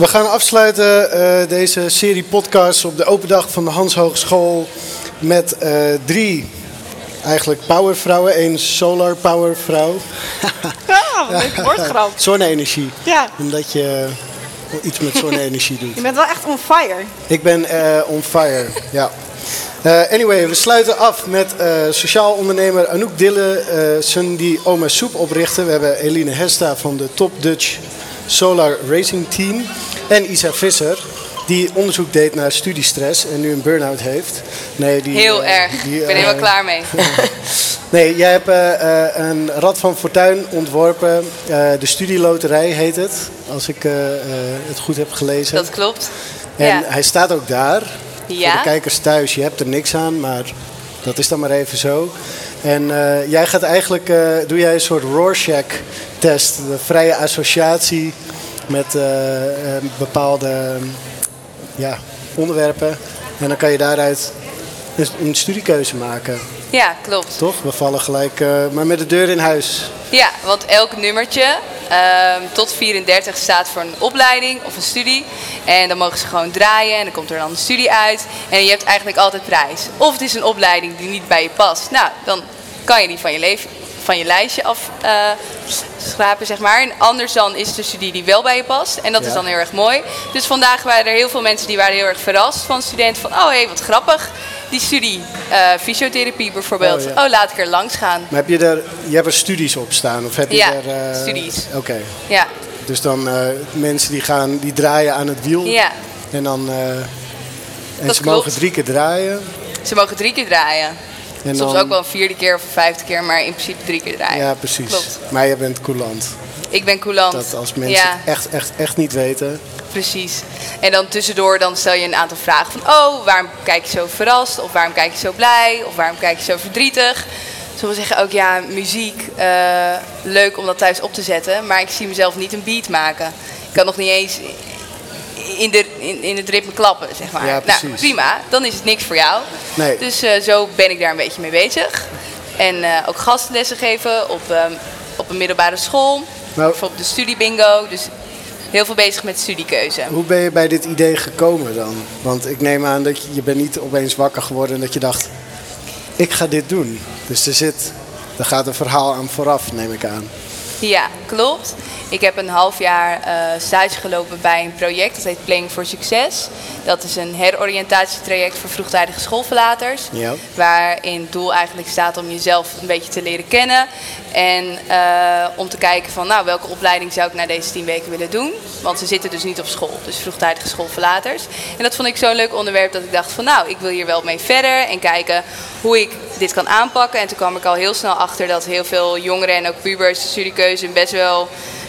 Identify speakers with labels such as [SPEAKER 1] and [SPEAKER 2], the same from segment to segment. [SPEAKER 1] We gaan afsluiten eh, deze serie podcasts op de open dag van de Hans Hogeschool met eh, drie eigenlijk powervrouwen. één solar powervrouw.
[SPEAKER 2] Ja, een leuke woordgrap.
[SPEAKER 1] Zonne-energie.
[SPEAKER 2] Ja.
[SPEAKER 1] Omdat je iets met zonne-energie doet.
[SPEAKER 2] Je bent wel echt on fire.
[SPEAKER 1] Ik ben eh, on fire, ja. Eh, anyway, we sluiten af met eh, sociaal ondernemer Anouk Dille, eh zijn die Oma Soep oprichten. We hebben Eline Hesta van de Top Dutch Solar Racing Team. En Isa Visser, die onderzoek deed naar studiestress en nu een burn-out heeft. Nee, die,
[SPEAKER 3] Heel
[SPEAKER 1] eh,
[SPEAKER 3] erg.
[SPEAKER 1] die,
[SPEAKER 3] ik ben er
[SPEAKER 1] eh,
[SPEAKER 3] helemaal klaar mee.
[SPEAKER 1] Nee, jij hebt eh, eh, een Rad van Fortuin ontworpen. Eh, de studieloterij heet het, als ik eh, eh, het goed heb gelezen.
[SPEAKER 3] Dat klopt.
[SPEAKER 1] En
[SPEAKER 3] ja.
[SPEAKER 1] hij staat ook daar. Voor
[SPEAKER 3] Ja.
[SPEAKER 1] de kijkers thuis, je hebt er niks aan, maar dat is dan maar even zo. En eh, jij gaat eigenlijk, eh, doe jij een soort Rorschach-test, de vrije associatie met eh, eh, bepaalde eh, ja, onderwerpen. En dan kan je daaruit een, een studiekeuze maken,
[SPEAKER 3] ja, klopt.
[SPEAKER 1] toch? We vallen gelijk, eh, maar met de deur in huis.
[SPEAKER 3] Ja, want elk nummertje ehm, tot 34 staat voor een opleiding of een studie. En dan mogen ze gewoon draaien en dan komt er dan een studie uit. En je hebt eigenlijk altijd prijs. Of het is een opleiding die niet bij je past. Nou, dan kan je die van je, leef- van je lijstje afschrapen, schrapen, zeg maar. En anders dan is het een studie die wel bij je past. En dat
[SPEAKER 1] Ja.
[SPEAKER 3] is dan heel erg mooi. Dus vandaag waren er heel veel mensen die waren heel erg verrast van studenten. Van, oh hé, wat grappig. Die studie eh, fysiotherapie bijvoorbeeld.
[SPEAKER 1] Oh,
[SPEAKER 3] Oh,
[SPEAKER 1] ja.
[SPEAKER 3] laat ik er langs gaan.
[SPEAKER 1] Maar heb je er, je hebt er studies op staan? Of heb je
[SPEAKER 3] Ja,
[SPEAKER 1] er, eh,
[SPEAKER 3] studies.
[SPEAKER 1] Oké.
[SPEAKER 3] Ja,
[SPEAKER 1] Dus dan eh, mensen die gaan, die draaien aan het wiel.
[SPEAKER 3] Ja.
[SPEAKER 1] En dan. eh, en
[SPEAKER 3] Dat
[SPEAKER 1] ze
[SPEAKER 3] klopt.
[SPEAKER 1] mogen drie keer draaien.
[SPEAKER 3] Ze mogen drie keer draaien.
[SPEAKER 1] En
[SPEAKER 3] Soms
[SPEAKER 1] dan-
[SPEAKER 3] ook wel een vierde keer of een vijfde keer, maar in principe drie keer draaien.
[SPEAKER 1] Ja, precies.
[SPEAKER 3] Klopt.
[SPEAKER 1] Maar je bent coulant.
[SPEAKER 3] Ik ben coulant.
[SPEAKER 1] Dat als mensen
[SPEAKER 3] Ja,
[SPEAKER 1] het echt, echt, echt niet weten.
[SPEAKER 3] precies. En dan tussendoor dan stel je een aantal vragen van... Oh, waarom kijk je zo verrast? Of waarom kijk je zo blij? Of waarom kijk je zo verdrietig? Sommigen zeggen ook, ja, muziek, eh, leuk om dat thuis op te zetten. Maar ik zie mezelf niet een beat maken. Ik kan nog niet eens in, de, in, in het ritme klappen, zeg maar.
[SPEAKER 1] Ja,
[SPEAKER 3] Nou,
[SPEAKER 1] precies.
[SPEAKER 3] prima. Dan is het niks voor jou.
[SPEAKER 1] Nee.
[SPEAKER 3] Dus eh, zo ben ik daar een beetje mee bezig. En eh, ook gastlessen geven op, ehm, op een middelbare school.
[SPEAKER 1] Nou-
[SPEAKER 3] Of op de studiebingo. Dus heel veel bezig met studiekeuze.
[SPEAKER 1] Hoe ben je bij dit idee gekomen dan? Want ik neem aan dat je, je bent niet opeens wakker geworden en dat je dacht: ik ga dit doen. Dus er zit. Er gaat een verhaal aan vooraf, neem ik aan.
[SPEAKER 3] Ja, klopt. Ik heb een half jaar eh, stage gelopen bij een project. Dat heet Playing for Success. Dat is een heroriëntatietraject voor vroegtijdige schoolverlaters.
[SPEAKER 1] Ja.
[SPEAKER 3] Waarin het doel eigenlijk staat om jezelf een beetje te leren kennen. En eh, om te kijken van nou, welke opleiding zou ik na deze tien weken willen doen. Want ze zitten dus niet op school. Dus vroegtijdige schoolverlaters. En dat vond ik zo'n leuk onderwerp dat ik dacht van nou, ik wil hier wel mee verder. En kijken hoe ik dit kan aanpakken. En toen kwam ik al heel snel achter dat heel veel jongeren en ook pubers de studiekeuze een best wel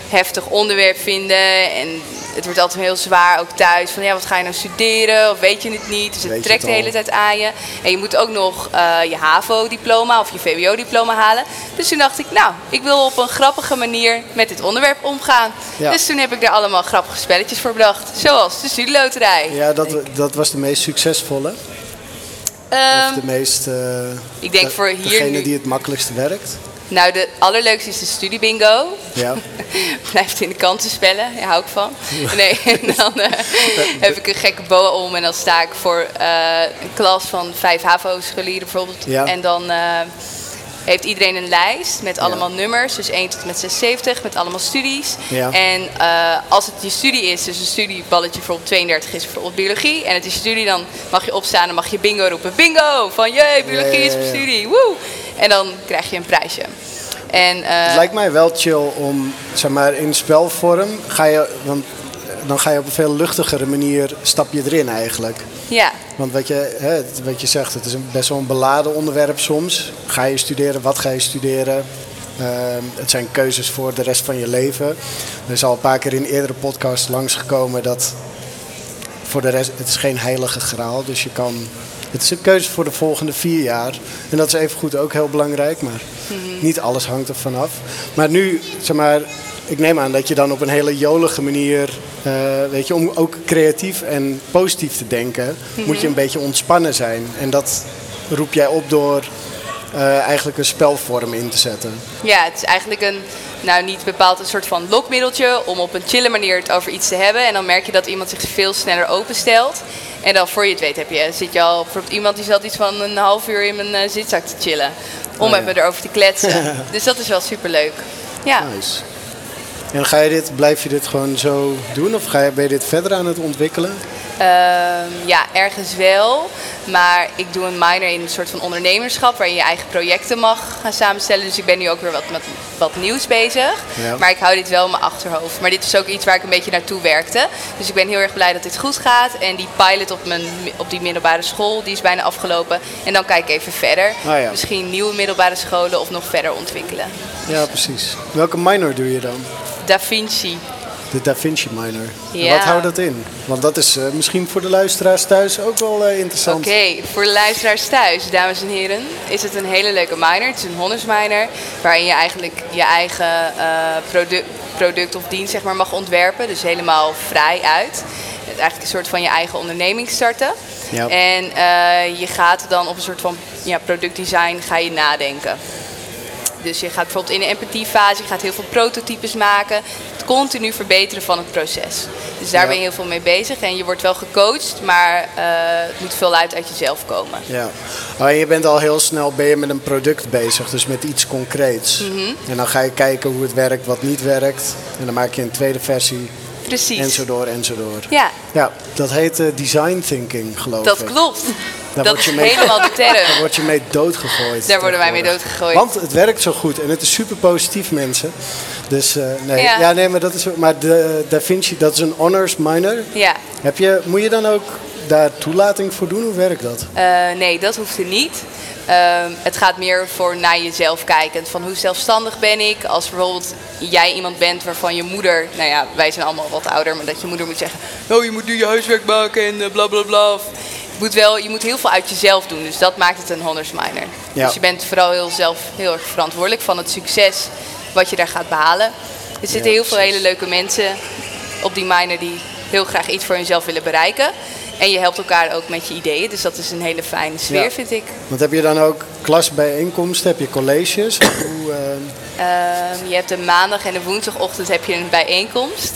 [SPEAKER 3] heftig onderwerp vinden. En het wordt altijd heel zwaar ook thuis. Van ja, wat ga je nou studeren? Of weet je het niet? Dus het
[SPEAKER 1] Weet je
[SPEAKER 3] trekt
[SPEAKER 1] het
[SPEAKER 3] de
[SPEAKER 1] al?
[SPEAKER 3] hele tijd aan je. En je moet ook nog eh, je HAVO-diploma of je VWO-diploma halen. Dus toen dacht ik, nou, ik wil op een grappige manier met dit onderwerp omgaan.
[SPEAKER 1] Ja.
[SPEAKER 3] Dus toen heb ik daar allemaal grappige spelletjes voor bedacht. Zoals de studieloterij.
[SPEAKER 1] Ja, dat, dat was de meest succesvolle.
[SPEAKER 3] Ehm,
[SPEAKER 1] of de meest. eh,
[SPEAKER 3] ik denk
[SPEAKER 1] de-
[SPEAKER 3] voor hier
[SPEAKER 1] Degene
[SPEAKER 3] nu.
[SPEAKER 1] die het makkelijkst werkt.
[SPEAKER 3] nou, de allerleukste is de studiebingo.
[SPEAKER 1] Ja.
[SPEAKER 3] Blijft in de kanten spellen, daar hou ik van. Nee, en dan eh, heb ik een gekke boa om en dan sta ik voor eh, een klas van vijf HAVO-scholieren bijvoorbeeld.
[SPEAKER 1] Ja.
[SPEAKER 3] En dan eh, heeft iedereen een lijst met allemaal nummers, dus 1 tot en met 76, met allemaal studies.
[SPEAKER 1] Ja.
[SPEAKER 3] En eh, als het je studie is, dus een studieballetje voor op 32 is voor op biologie, en het is je studie, dan mag je opstaan en mag je bingo roepen. Bingo! Van jee, biologie is
[SPEAKER 1] ja,
[SPEAKER 3] mijn
[SPEAKER 1] ja.
[SPEAKER 3] studie, woe! En dan krijg je een prijsje. En, eh,
[SPEAKER 1] Het lijkt mij wel chill om, zeg maar, in spelvorm ga je, want dan ga je op een veel luchtigere manier stap je erin eigenlijk.
[SPEAKER 3] ja.
[SPEAKER 1] Want wat je, hè, het- wat je zegt, het is een, best wel een beladen onderwerp soms. Ga je studeren, wat ga je studeren? Ehm, het zijn keuzes voor de rest van je leven. Er is al een paar keer in eerdere podcasts langsgekomen dat voor de rest, het is geen heilige graal. Dus je kan, het is een keuze voor de volgende vier jaar. En dat is evengoed ook heel belangrijk, maar niet alles hangt er vanaf. Maar nu, zeg maar, ik neem aan dat je dan op een hele jolige manier, eh, weet je, om ook creatief en positief te denken, moet je een beetje ontspannen zijn. En dat roep jij op door eh, eigenlijk een spelvorm in te zetten.
[SPEAKER 3] Ja, het is eigenlijk een nou niet bepaald een soort van lokmiddeltje om op een chille manier het over iets te hebben. En dan merk je dat iemand zich veel sneller openstelt. En dan voor je het weet heb je, zit je al, bijvoorbeeld iemand die zat iets van een half uur in mijn eh, zitzak te chillen. Om
[SPEAKER 1] Oh ja.
[SPEAKER 3] even erover te kletsen. dus dat is wel superleuk. Ja.
[SPEAKER 1] Nice. En ga je dit, blijf je dit gewoon zo doen of ga je, ben je dit verder aan het ontwikkelen?
[SPEAKER 3] Ehm, ja, ergens wel. Maar ik doe een minor in een soort van ondernemerschap waarin je eigen projecten mag gaan samenstellen. Dus ik ben nu ook weer wat met wat nieuws bezig.
[SPEAKER 1] Ja.
[SPEAKER 3] Maar ik hou dit wel in mijn achterhoofd. Maar dit is ook iets waar ik een beetje naartoe werkte. Dus ik ben heel erg blij dat dit goed gaat. En die pilot op, mijn, op die middelbare school, die is bijna afgelopen. En dan kijk ik even verder.
[SPEAKER 1] Ah, ja.
[SPEAKER 3] Misschien nieuwe middelbare scholen of nog verder ontwikkelen.
[SPEAKER 1] Ja, precies. Welke minor doe je dan?
[SPEAKER 3] Da Vinci.
[SPEAKER 1] De Da Vinci minor.
[SPEAKER 3] Ja.
[SPEAKER 1] Wat houdt dat in? Want dat is eh, misschien voor de luisteraars thuis ook wel eh, interessant.
[SPEAKER 3] Oké, voor de luisteraars thuis, dames en heren, is het een hele leuke minor. Het is een honors minor, waarin je eigenlijk je eigen eh, produ- product of dienst zeg maar, mag ontwerpen. Dus helemaal vrij uit. Het is Eigenlijk een soort van je eigen onderneming starten.
[SPEAKER 1] Ja.
[SPEAKER 3] En eh, je gaat dan op een soort van ja, productdesign ga je nadenken. Dus je gaat bijvoorbeeld in de empathiefase, je gaat heel veel prototypes maken. Het continu verbeteren van het proces. Dus daar
[SPEAKER 1] Ja.
[SPEAKER 3] ben je heel veel mee bezig. En je wordt wel gecoacht, maar eh, het moet veel uit uit jezelf komen.
[SPEAKER 1] Ja. Maar je bent al heel snel ben je met een product bezig, dus met iets concreets.
[SPEAKER 3] Mhm.
[SPEAKER 1] En dan ga je kijken hoe het werkt, wat niet werkt. En dan maak je een tweede versie.
[SPEAKER 3] Precies.
[SPEAKER 1] En zo door, en zo door.
[SPEAKER 3] Ja,
[SPEAKER 1] Ja, dat heet eh, design thinking, geloof
[SPEAKER 3] dat
[SPEAKER 1] ik.
[SPEAKER 3] klopt. dat
[SPEAKER 1] word
[SPEAKER 3] is
[SPEAKER 1] je mee-
[SPEAKER 3] helemaal de
[SPEAKER 1] Daar
[SPEAKER 3] term.
[SPEAKER 1] word je mee doodgegooid.
[SPEAKER 3] Daar worden wij mee
[SPEAKER 1] tegenwoordig.
[SPEAKER 3] doodgegooid.
[SPEAKER 1] Want het werkt zo goed en het is super positief, mensen. Dus eh, nee. Ja.
[SPEAKER 3] Ja.
[SPEAKER 1] nee, maar dat is. Maar de Da Vinci, dat is een honors minor.
[SPEAKER 3] Ja,
[SPEAKER 1] Heb je, moet je dan ook daar toelating voor doen? Hoe werkt dat?
[SPEAKER 3] Eh, nee, dat hoeft er niet. Ehm, het gaat meer voor naar jezelf kijken. Van hoe zelfstandig ben ik? Als bijvoorbeeld jij iemand bent waarvan je moeder... Nou ja, wij zijn allemaal wat ouder. Maar dat je moeder moet zeggen... Oh, je moet nu je huiswerk maken en eh, bla bla bla. Of, je, moet wel, je moet heel veel uit jezelf doen. Dus dat maakt het een honors minor.
[SPEAKER 1] Ja.
[SPEAKER 3] Dus je bent vooral heel zelf heel erg verantwoordelijk van het succes wat je daar gaat behalen. Er zitten
[SPEAKER 1] Ja,
[SPEAKER 3] heel veel
[SPEAKER 1] precies.
[SPEAKER 3] hele leuke mensen op die minor die heel graag iets voor hunzelf willen bereiken. En je helpt elkaar ook met je ideeën, dus dat is een hele fijne sfeer,
[SPEAKER 1] Ja.
[SPEAKER 3] vind ik.
[SPEAKER 1] Want heb je dan ook klasbijeenkomsten? Heb je colleges? Hoe, eh,
[SPEAKER 3] Ehm, je hebt de maandag en de woensdagochtend heb je een bijeenkomst.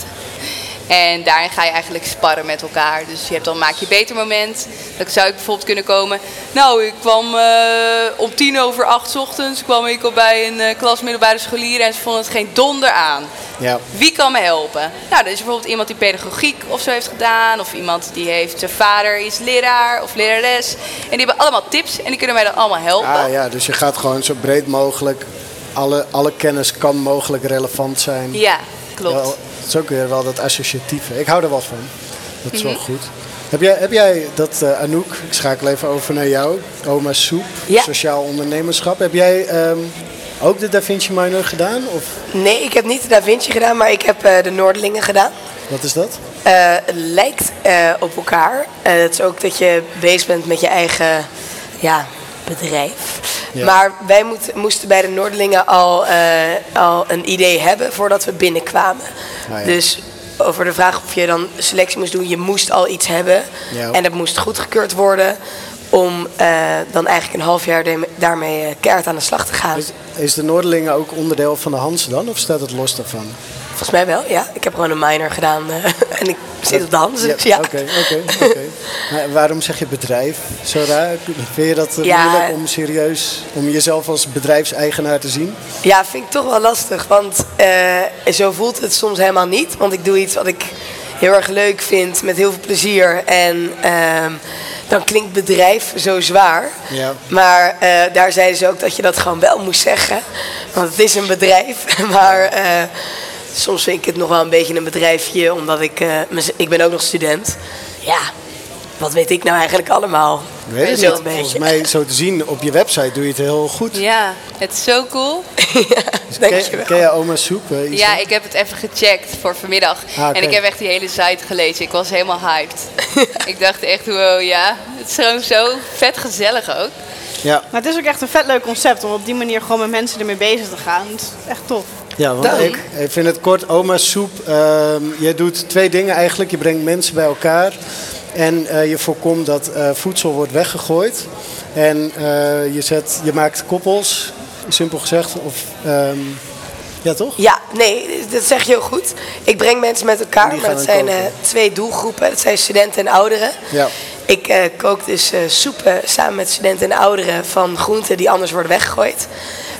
[SPEAKER 3] En daarin ga je eigenlijk sparren met elkaar. Dus je hebt dan maak je beter moment. Dan zou ik bijvoorbeeld kunnen komen. Nou, ik kwam eh, om tien over acht 's ochtends kwam ik al bij een eh, klas middelbare scholieren en ze vonden het geen donder aan.
[SPEAKER 1] ja.
[SPEAKER 3] Wie kan me helpen? Nou, dat is bijvoorbeeld iemand die pedagogiek of zo heeft gedaan. Of iemand die heeft, zijn vader is leraar of lerares. En die hebben allemaal tips en die kunnen mij dan allemaal helpen.
[SPEAKER 1] Ah ja, dus je gaat gewoon zo breed mogelijk. Alle, alle kennis kan mogelijk relevant zijn.
[SPEAKER 3] Ja, klopt.
[SPEAKER 1] Wel, het is ook weer wel dat associatieve. Ik hou er wel van. Dat is
[SPEAKER 4] Mhm.
[SPEAKER 1] wel goed. Heb jij, heb jij dat, eh, Anouk, ik schakel even over naar jou. Oma Soep,
[SPEAKER 4] Ja.
[SPEAKER 1] sociaal ondernemerschap. Heb jij ehm, ook de Da Vinci Minor gedaan? Of
[SPEAKER 4] Nee, ik heb niet de Da Vinci gedaan, maar ik heb eh, de Noorderlingen gedaan.
[SPEAKER 1] wat is dat?
[SPEAKER 4] Eh, het lijkt eh, op elkaar. Eh, het is ook dat je bezig bent met je eigen ja, bedrijf.
[SPEAKER 1] Ja.
[SPEAKER 4] Maar wij moet- moesten bij de Noorderlingen al, eh, al een idee hebben voordat we binnenkwamen.
[SPEAKER 1] Ah, ja.
[SPEAKER 4] Dus over de vraag of je dan selectie moest doen, je moest al iets hebben.
[SPEAKER 1] Ja.
[SPEAKER 4] En dat moest goedgekeurd worden om eh, dan eigenlijk een half jaar daarmee- daarmee eh, keihard aan de slag te gaan.
[SPEAKER 1] Is, is de Noorderlingen ook onderdeel van de Hans dan? Of staat het los daarvan?
[SPEAKER 4] Volgens mij wel, ja. Ik heb gewoon een minor gedaan eh, en ik zit op de hand. Dus ja.
[SPEAKER 1] Oké, oké, oké. Maar Waarom zeg je bedrijf zo raar? Vind je dat eh,
[SPEAKER 4] Ja.
[SPEAKER 1] moeilijk om serieus, om jezelf als bedrijfseigenaar te zien?
[SPEAKER 4] Ja, vind ik toch wel lastig. Want eh, zo voelt het soms helemaal niet. Want ik doe iets wat ik heel erg leuk vind, met heel veel plezier. En ehm, dan klinkt bedrijf zo zwaar.
[SPEAKER 1] Ja.
[SPEAKER 4] Maar eh, daar zeiden ze ook dat je dat gewoon wel moest zeggen. Want het is een bedrijf. Maar eh, soms vind ik het nog wel een beetje een bedrijfje. Omdat ik, eh, mez- ik ben ook nog student. Ja, wat weet ik nou eigenlijk allemaal?
[SPEAKER 1] Weet ik
[SPEAKER 4] Zo
[SPEAKER 1] niet.
[SPEAKER 4] een beetje.
[SPEAKER 1] Volgens mij zo te zien op je website doe je het heel goed.
[SPEAKER 3] Ja, het is zo cool.
[SPEAKER 1] Ken,
[SPEAKER 4] Dankjewel.
[SPEAKER 1] ken je oma Soep? eh, Isa?
[SPEAKER 3] Ja, ik heb het even gecheckt voor vanmiddag.
[SPEAKER 1] Ah, oké.
[SPEAKER 3] En ik heb echt die hele site gelezen. Ik was helemaal hyped. ik dacht echt, wow, ja. Het is gewoon zo vet gezellig ook.
[SPEAKER 1] Ja,
[SPEAKER 2] Maar het is ook echt een vet leuk concept om op die manier gewoon met mensen ermee bezig te gaan. Het is echt tof.
[SPEAKER 1] ja want
[SPEAKER 4] Dank.
[SPEAKER 1] ik, ik vind het kort. Oma Soep, ehm, je doet twee dingen eigenlijk. Je brengt mensen bij elkaar. En eh, je voorkomt dat eh, voedsel wordt weggegooid. En eh, je, zet, je maakt koppels, simpel gezegd. Of, ehm, Ja, toch?
[SPEAKER 4] Ja, nee, dat zeg je heel goed. Ik breng mensen met elkaar,
[SPEAKER 1] Die
[SPEAKER 4] maar
[SPEAKER 1] gaan
[SPEAKER 4] dat zijn
[SPEAKER 1] koken.
[SPEAKER 4] eh, twee doelgroepen. Dat zijn studenten en ouderen.
[SPEAKER 1] Ja.
[SPEAKER 4] Ik eh, kook dus eh, soepen samen met studenten en ouderen van groenten die anders worden weggegooid.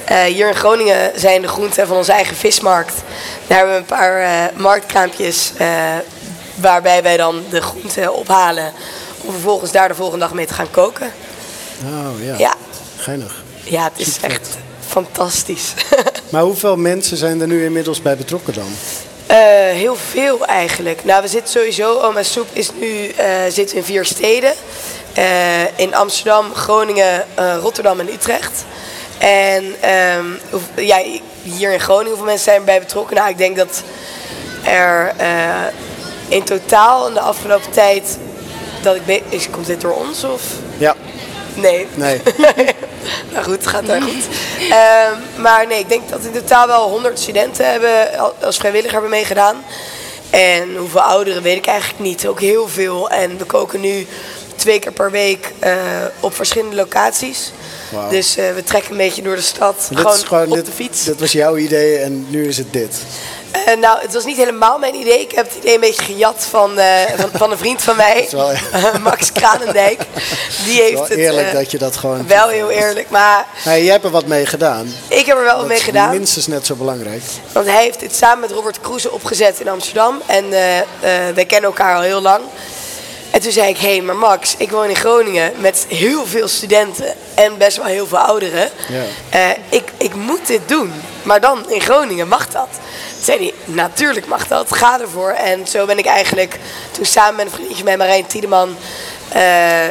[SPEAKER 4] Eh, hier in Groningen zijn de groenten van onze eigen vismarkt. Daar hebben we een paar eh, marktkraampjes eh, waarbij wij dan de groenten ophalen. Om vervolgens daar de volgende dag mee te gaan koken.
[SPEAKER 1] Oh, ja.
[SPEAKER 4] Ja.
[SPEAKER 1] Geinig.
[SPEAKER 4] Ja, het is
[SPEAKER 1] Supervet.
[SPEAKER 4] echt fantastisch.
[SPEAKER 1] Maar hoeveel mensen zijn er nu inmiddels bij betrokken dan?
[SPEAKER 4] Eh, heel veel eigenlijk. Nou, we zitten sowieso, Oma Soep is nu, eh zitten in vier steden. Eh, in Amsterdam, Groningen, eh, Rotterdam en Utrecht. En ehm, hoe- ja, hier in Groningen, hoeveel mensen zijn erbij betrokken? Nou, ik denk dat er eh, in totaal in de afgelopen tijd, dat ik weet, is, komt dit door ons of?
[SPEAKER 1] Ja.
[SPEAKER 4] Nee.
[SPEAKER 1] Nee.
[SPEAKER 4] nou goed, het gaat daar goed. Ehm, maar nee, ik denk dat in totaal wel 100 studenten hebben al- als vrijwilliger hebben meegedaan. En hoeveel ouderen weet ik eigenlijk niet. Ook heel veel. En we koken nu twee keer per week eh, op verschillende locaties.
[SPEAKER 1] Wauw.
[SPEAKER 4] Dus eh, we trekken een beetje door de stad.
[SPEAKER 1] Dit
[SPEAKER 4] Gewoon,
[SPEAKER 1] is gewoon-
[SPEAKER 4] op
[SPEAKER 1] dit-
[SPEAKER 4] de fiets.
[SPEAKER 1] Dit was jouw idee en nu is het dit.
[SPEAKER 4] Eh, nou, het was niet helemaal mijn idee. Ik heb het idee een beetje gejat van, eh, van, van een vriend van mij,
[SPEAKER 1] is wel-
[SPEAKER 4] Max Kranendijk. Die heeft
[SPEAKER 1] Wel
[SPEAKER 4] het.
[SPEAKER 1] eerlijk
[SPEAKER 4] eh,
[SPEAKER 1] dat je dat gewoon...
[SPEAKER 4] Wel heel eerlijk, maar
[SPEAKER 1] Hey, jij hebt er wat mee gedaan.
[SPEAKER 4] ik heb er wel
[SPEAKER 1] Dat
[SPEAKER 4] mee
[SPEAKER 1] is
[SPEAKER 4] gedaan.
[SPEAKER 1] minstens net zo belangrijk.
[SPEAKER 4] Want hij heeft dit samen met Robert Kroeze opgezet in Amsterdam. En eh, eh, wij kennen elkaar al heel lang. En toen zei ik, hé, hey, maar Max, ik woon in Groningen met heel veel studenten en best wel heel veel ouderen.
[SPEAKER 1] Ja.
[SPEAKER 4] Eh, ik, ik moet dit doen, maar dan in Groningen mag dat. Toen zei hij, natuurlijk mag dat, ga ervoor. En zo ben ik eigenlijk, toen samen met een vriendje met Marijn Tiedeman, eh,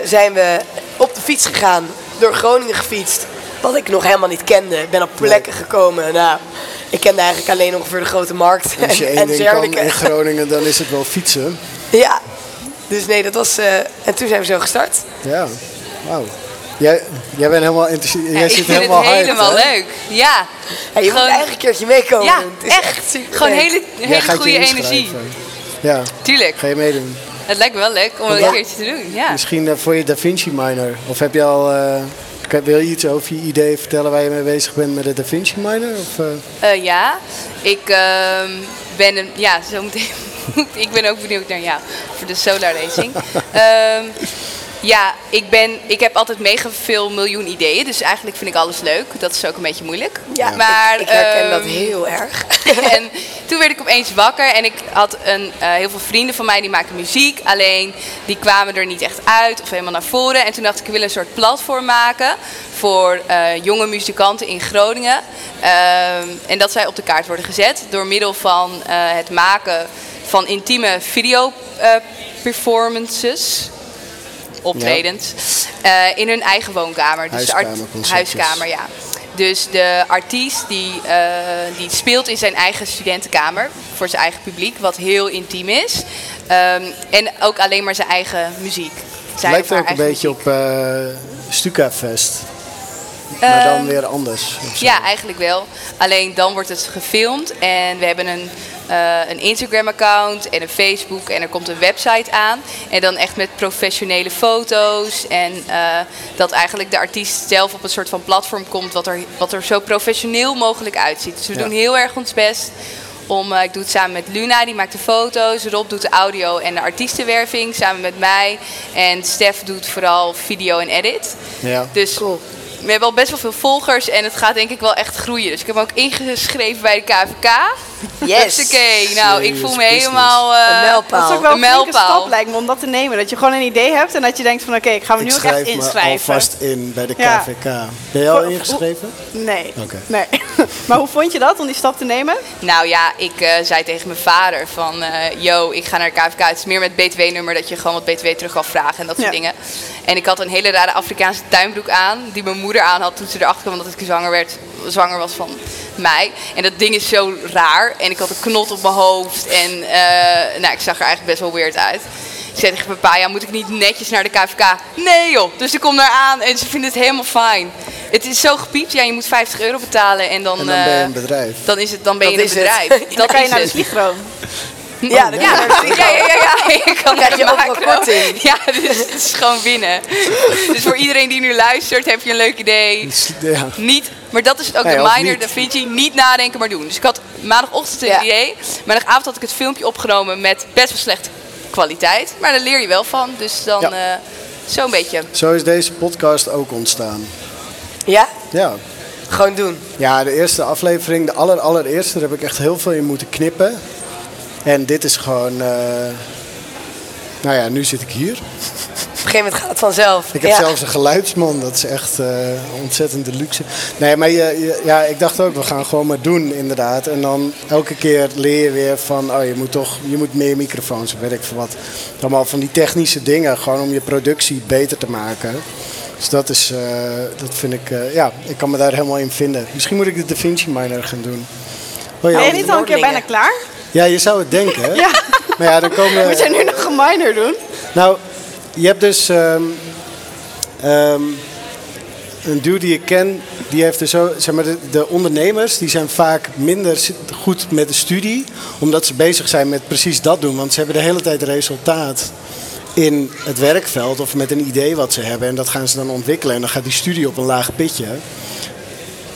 [SPEAKER 4] zijn we op de fiets gegaan, door Groningen gefietst. Wat ik nog helemaal niet kende. Ik ben op plekken gekomen. Nou, ik kende eigenlijk alleen ongeveer de grote markt.
[SPEAKER 1] Als je
[SPEAKER 4] en-
[SPEAKER 1] één
[SPEAKER 4] en
[SPEAKER 1] ding kan
[SPEAKER 4] Zernike.
[SPEAKER 1] in Groningen, dan is het wel fietsen.
[SPEAKER 4] Ja, dus nee, dat was. eh, en toen zijn we zo gestart.
[SPEAKER 1] Ja, wauw. Jij, jij bent helemaal enthousiast.
[SPEAKER 3] Ja,
[SPEAKER 1] jij
[SPEAKER 3] ik
[SPEAKER 1] zit
[SPEAKER 3] vind
[SPEAKER 1] helemaal
[SPEAKER 3] het
[SPEAKER 1] hyped,
[SPEAKER 3] helemaal
[SPEAKER 1] hè?
[SPEAKER 3] leuk. Ja,
[SPEAKER 4] Ja, je moet eigenlijk een keertje meekomen.
[SPEAKER 3] ja
[SPEAKER 4] doen. Het is
[SPEAKER 3] echt.
[SPEAKER 4] super
[SPEAKER 3] Gewoon
[SPEAKER 4] leuk.
[SPEAKER 3] hele,
[SPEAKER 1] Jij
[SPEAKER 3] hele
[SPEAKER 1] gaat je
[SPEAKER 3] goede energie.
[SPEAKER 1] inschrijven. Ja,
[SPEAKER 3] Tuurlijk.
[SPEAKER 1] ga je meedoen.
[SPEAKER 3] Het lijkt me wel leuk om het
[SPEAKER 1] Ja.
[SPEAKER 3] een keertje te doen. Ja.
[SPEAKER 1] Misschien eh, voor je Da Vinci minor. Of heb je al... eh, kan- wil je iets over je idee vertellen waar je mee bezig bent met de Da Vinci minor? Of, eh,
[SPEAKER 3] Eh, ja, ik ehm, ben een, ja, zo meteen, ik ben ook benieuwd naar jou voor de solar racing. Ehm, ja, ik, ben, ik heb altijd mega veel miljoen ideeën, dus eigenlijk vind ik alles leuk. Dat is ook een beetje moeilijk.
[SPEAKER 4] Ja,
[SPEAKER 3] maar,
[SPEAKER 4] ik, ik herken dat
[SPEAKER 3] ehm,
[SPEAKER 4] heel erg.
[SPEAKER 3] en toen werd ik opeens wakker en ik had een, eh, heel veel vrienden van mij die maken muziek. Alleen die kwamen er niet echt uit of helemaal naar voren. En toen dacht ik, ik wil een soort platform maken voor eh, jonge muzikanten in Groningen. Ehm, en dat zij op de kaart worden gezet door middel van eh, het maken van intieme video eh, performances. Optredens. eh, in hun eigen woonkamer. Dus de art-
[SPEAKER 1] Huiskamerconcertjes.
[SPEAKER 3] huiskamer, ja. Dus de artiest die, eh, die speelt in zijn eigen studentenkamer voor zijn eigen publiek, wat heel intiem is. Ehm, en ook alleen maar zijn eigen muziek. Zijn
[SPEAKER 1] lijkt
[SPEAKER 3] of haar
[SPEAKER 1] ook een beetje
[SPEAKER 3] eigen muziek.
[SPEAKER 1] op eh Stukafest. maar dan
[SPEAKER 3] Ehm,
[SPEAKER 1] weer anders. of zo.
[SPEAKER 3] Ja, eigenlijk wel. Alleen dan wordt het gefilmd en we hebben een, eh, een Instagram-account en een Facebook en er komt een website aan. En dan echt met professionele foto's en eh, dat eigenlijk de artiest zelf op een soort van platform komt wat er, wat er zo professioneel mogelijk uitziet. Dus we
[SPEAKER 1] Ja.
[SPEAKER 3] doen heel erg ons best. Om, eh, ik doe het samen met Luna, die maakt de foto's. Rob doet de audio en de artiestenwerving samen met mij. En Stef doet vooral video en edit.
[SPEAKER 1] Ja.
[SPEAKER 3] Dus we hebben al best wel veel volgers en het gaat denk ik wel echt groeien. Dus ik heb me ook ingeschreven bij de KVK.
[SPEAKER 4] Yes.
[SPEAKER 3] Oké, nou ik
[SPEAKER 1] Serious
[SPEAKER 3] voel me
[SPEAKER 1] business.
[SPEAKER 3] helemaal... eh,
[SPEAKER 4] Een mijlpaal.
[SPEAKER 2] Dat is ook wel
[SPEAKER 3] Een
[SPEAKER 2] een flinke
[SPEAKER 3] mijlpaal.
[SPEAKER 2] stap lijkt me om dat te nemen. Dat je gewoon een idee hebt en dat je denkt van oké, ik ga me
[SPEAKER 1] Ik
[SPEAKER 2] nu ook echt
[SPEAKER 1] schrijf me
[SPEAKER 2] inschrijven.
[SPEAKER 1] alvast in bij de
[SPEAKER 2] Ja.
[SPEAKER 1] KVK. Ben je al
[SPEAKER 2] Hoe- hoe-
[SPEAKER 1] ingeschreven?
[SPEAKER 2] Nee.
[SPEAKER 1] Oké.
[SPEAKER 2] nee. maar hoe vond je dat om die stap te nemen?
[SPEAKER 3] Nou ja, ik eh, zei tegen mijn vader van, eh, yo, ik ga naar de KVK. Het is meer met btw-nummer dat je gewoon wat btw terug kan vragen en dat soort
[SPEAKER 2] Ja.
[SPEAKER 3] dingen. En ik had een hele rare Afrikaanse tuinbroek aan, die mijn moeder aan had toen ze erachter kwam dat ik zwanger, werd, zwanger was van mij. En dat ding is zo raar. En ik had een knot op mijn hoofd en eh, nou, ik zag er eigenlijk best wel weird uit. Ik zei tegen mijn pa, ja, moet ik niet netjes naar de KVK? Nee joh, dus ik kom daar aan en ze vinden het helemaal fijn. Het is zo gepiept, ja, je moet 50 euro betalen en dan...
[SPEAKER 1] En dan ben je
[SPEAKER 3] eh,
[SPEAKER 1] een bedrijf.
[SPEAKER 3] Dan is het, dan ben
[SPEAKER 4] Dat
[SPEAKER 3] je een
[SPEAKER 4] is het.
[SPEAKER 3] bedrijf. Dat
[SPEAKER 2] Dan kan je
[SPEAKER 3] is
[SPEAKER 2] naar de
[SPEAKER 3] het.
[SPEAKER 2] vliegroom.
[SPEAKER 4] Ja, dat
[SPEAKER 3] Ja, ja, ja, ja, ja. Ik kan
[SPEAKER 4] Krijg je
[SPEAKER 3] het
[SPEAKER 4] overal
[SPEAKER 3] macro.
[SPEAKER 4] korting.
[SPEAKER 3] Ja, dus het is gewoon winnen. Dus voor iedereen die nu luistert, heb je een leuk idee.
[SPEAKER 1] Ja.
[SPEAKER 3] Niet, maar dat is ook
[SPEAKER 1] Nee,
[SPEAKER 3] de
[SPEAKER 1] of
[SPEAKER 3] minor,
[SPEAKER 1] niet.
[SPEAKER 3] de Vinci. Niet nadenken, maar doen. Dus ik had maandagochtend het
[SPEAKER 4] Ja.
[SPEAKER 3] idee. Maandagavond had ik het filmpje opgenomen met best wel slechte kwaliteit. Maar daar leer je wel van. Dus dan
[SPEAKER 1] Ja.
[SPEAKER 3] eh, zo'n beetje.
[SPEAKER 1] Zo is deze podcast ook ontstaan.
[SPEAKER 4] Ja?
[SPEAKER 1] Ja.
[SPEAKER 4] Gewoon doen.
[SPEAKER 1] Ja, de eerste aflevering, de aller, allereerste, daar heb ik echt heel veel in moeten knippen. En dit is gewoon. eh, nou ja, nu zit ik hier.
[SPEAKER 4] Op een gegeven moment gaat het vanzelf.
[SPEAKER 1] Ik heb
[SPEAKER 4] ja.
[SPEAKER 1] zelfs een geluidsman, dat is echt eh ontzettend de luxe. Nee, maar je, je- ja, ik dacht ook, we gaan gewoon maar doen, inderdaad. En dan elke keer leer je weer van, oh, je moet toch je moet meer microfoons, of weet ik veel wat. Allemaal van die technische dingen, gewoon om je productie beter te maken. Dus dat is, eh, dat vind ik, eh, ja, ik kan me daar helemaal in vinden. Misschien moet ik de Da Vinci Miner gaan doen. Oh,
[SPEAKER 2] Ben je
[SPEAKER 1] ja,
[SPEAKER 2] niet al een keer bijna klaar?
[SPEAKER 1] ja, je zou het denken, hè?
[SPEAKER 2] Ja.
[SPEAKER 1] Maar ja, dan komen...
[SPEAKER 2] Moet jij nu nog een minor doen?
[SPEAKER 1] Nou, je hebt dus ehm, ehm, een dude die ik ken, die heeft er zo, zeg maar, de, de ondernemers die zijn vaak minder s- goed met de studie, omdat ze bezig zijn met precies dat doen, want ze hebben de hele tijd resultaat in het werkveld of met een idee wat ze hebben en dat gaan ze dan ontwikkelen en dan gaat die studie op een laag pitje,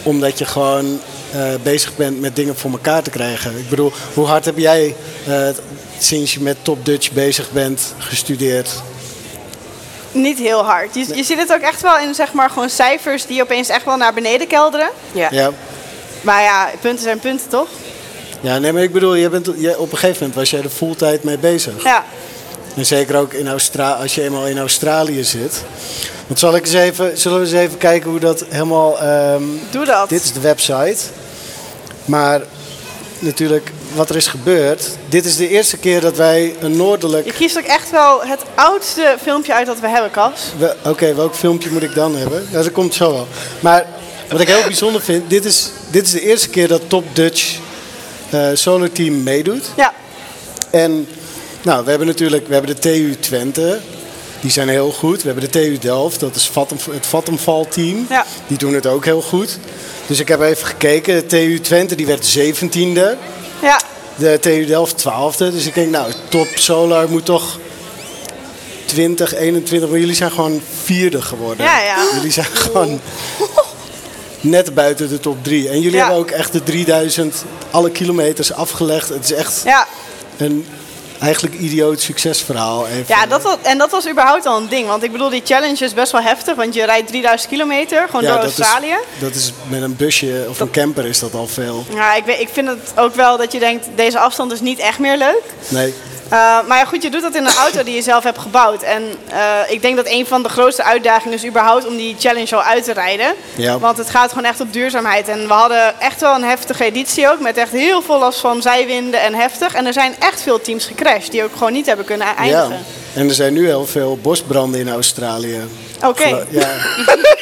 [SPEAKER 1] omdat je gewoon eh, bezig bent met dingen voor elkaar te krijgen. Ik bedoel, hoe hard heb jij eh, sinds je met Top Dutch bezig bent gestudeerd?
[SPEAKER 2] Niet heel hard. Je, je ziet het ook echt wel in zeg maar gewoon cijfers die opeens echt wel naar beneden kelderen.
[SPEAKER 4] Ja.
[SPEAKER 1] Ja.
[SPEAKER 2] Maar ja, punten zijn punten toch?
[SPEAKER 1] Ja, nee, maar ik bedoel, je bent, je, op een gegeven moment was jij er fulltime mee bezig.
[SPEAKER 2] Ja.
[SPEAKER 1] En zeker ook in Austra als je eenmaal in Australië zit. Want zal ik eens even, zullen we eens even kijken hoe dat helemaal... ehm,
[SPEAKER 2] Doe dat.
[SPEAKER 1] Dit is de website. Maar natuurlijk, wat er is gebeurd. Dit is de eerste keer dat wij een noordelijk...
[SPEAKER 2] Je kiest ook echt wel het oudste filmpje uit dat we hebben, Kas.
[SPEAKER 1] We- Oké, welk filmpje moet ik dan hebben? Ja, dat komt zo wel. Maar wat ik heel bijzonder vind, dit is, dit is de eerste keer dat Top Dutch eh Solo Team meedoet.
[SPEAKER 2] Ja.
[SPEAKER 1] En nou, we hebben natuurlijk we hebben de TU Twente. Die zijn heel goed. We hebben de TU Delft, dat is Vattem- het Vattenval team.
[SPEAKER 2] Ja.
[SPEAKER 1] Die doen het ook heel goed. Dus ik heb even gekeken. De TU Twente die werd 17e.
[SPEAKER 2] Ja.
[SPEAKER 1] De TU Delft 12e. Dus ik denk, nou, top solar moet toch 20, 21. Maar jullie zijn gewoon vierde geworden.
[SPEAKER 2] Ja, ja.
[SPEAKER 1] Jullie zijn gewoon net buiten de top 3. En jullie
[SPEAKER 2] Ja.
[SPEAKER 1] hebben ook echt de 3000 alle kilometers afgelegd. Het is echt
[SPEAKER 2] Ja.
[SPEAKER 1] een eigenlijk idioot succesverhaal. Even.
[SPEAKER 2] Ja, dat was, en dat was überhaupt al een ding. Want ik bedoel, die challenge is best wel heftig. Want je rijdt 3000 kilometer gewoon
[SPEAKER 1] Ja,
[SPEAKER 2] door
[SPEAKER 1] dat is-
[SPEAKER 2] Australië.
[SPEAKER 1] dat is met een busje of een camper is dat al veel.
[SPEAKER 2] Ja, ik, weet- ik vind het ook wel dat je denkt, deze afstand is niet echt meer leuk.
[SPEAKER 1] Nee,
[SPEAKER 2] Uh, maar ja, goed, je doet dat in een auto die je zelf hebt gebouwd. En eh, ik denk dat een van de grootste uitdagingen is überhaupt om die challenge al uit te rijden.
[SPEAKER 1] Ja.
[SPEAKER 2] Want het gaat gewoon echt op duurzaamheid. En we hadden echt wel een heftige editie ook. Met echt heel veel last van zijwinden en heftig. En er zijn echt veel teams gecrashed die ook gewoon niet hebben kunnen e-
[SPEAKER 1] ja.
[SPEAKER 2] eindigen.
[SPEAKER 1] En er zijn nu heel veel bosbranden in Australië.
[SPEAKER 2] Oké.
[SPEAKER 1] Ja. ja.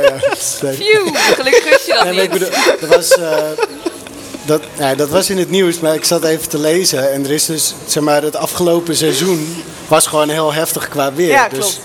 [SPEAKER 1] ja, Nee.
[SPEAKER 3] Pjoe, gelukkig wist je dat
[SPEAKER 1] Nee, maar ik
[SPEAKER 3] niet.
[SPEAKER 1] bedoel, dat was, eh, dat, ja, dat was in het nieuws, maar ik zat even te lezen. En er is dus, zeg maar, het afgelopen seizoen was gewoon heel heftig qua weer.
[SPEAKER 2] Ja,
[SPEAKER 1] dus
[SPEAKER 2] klopt.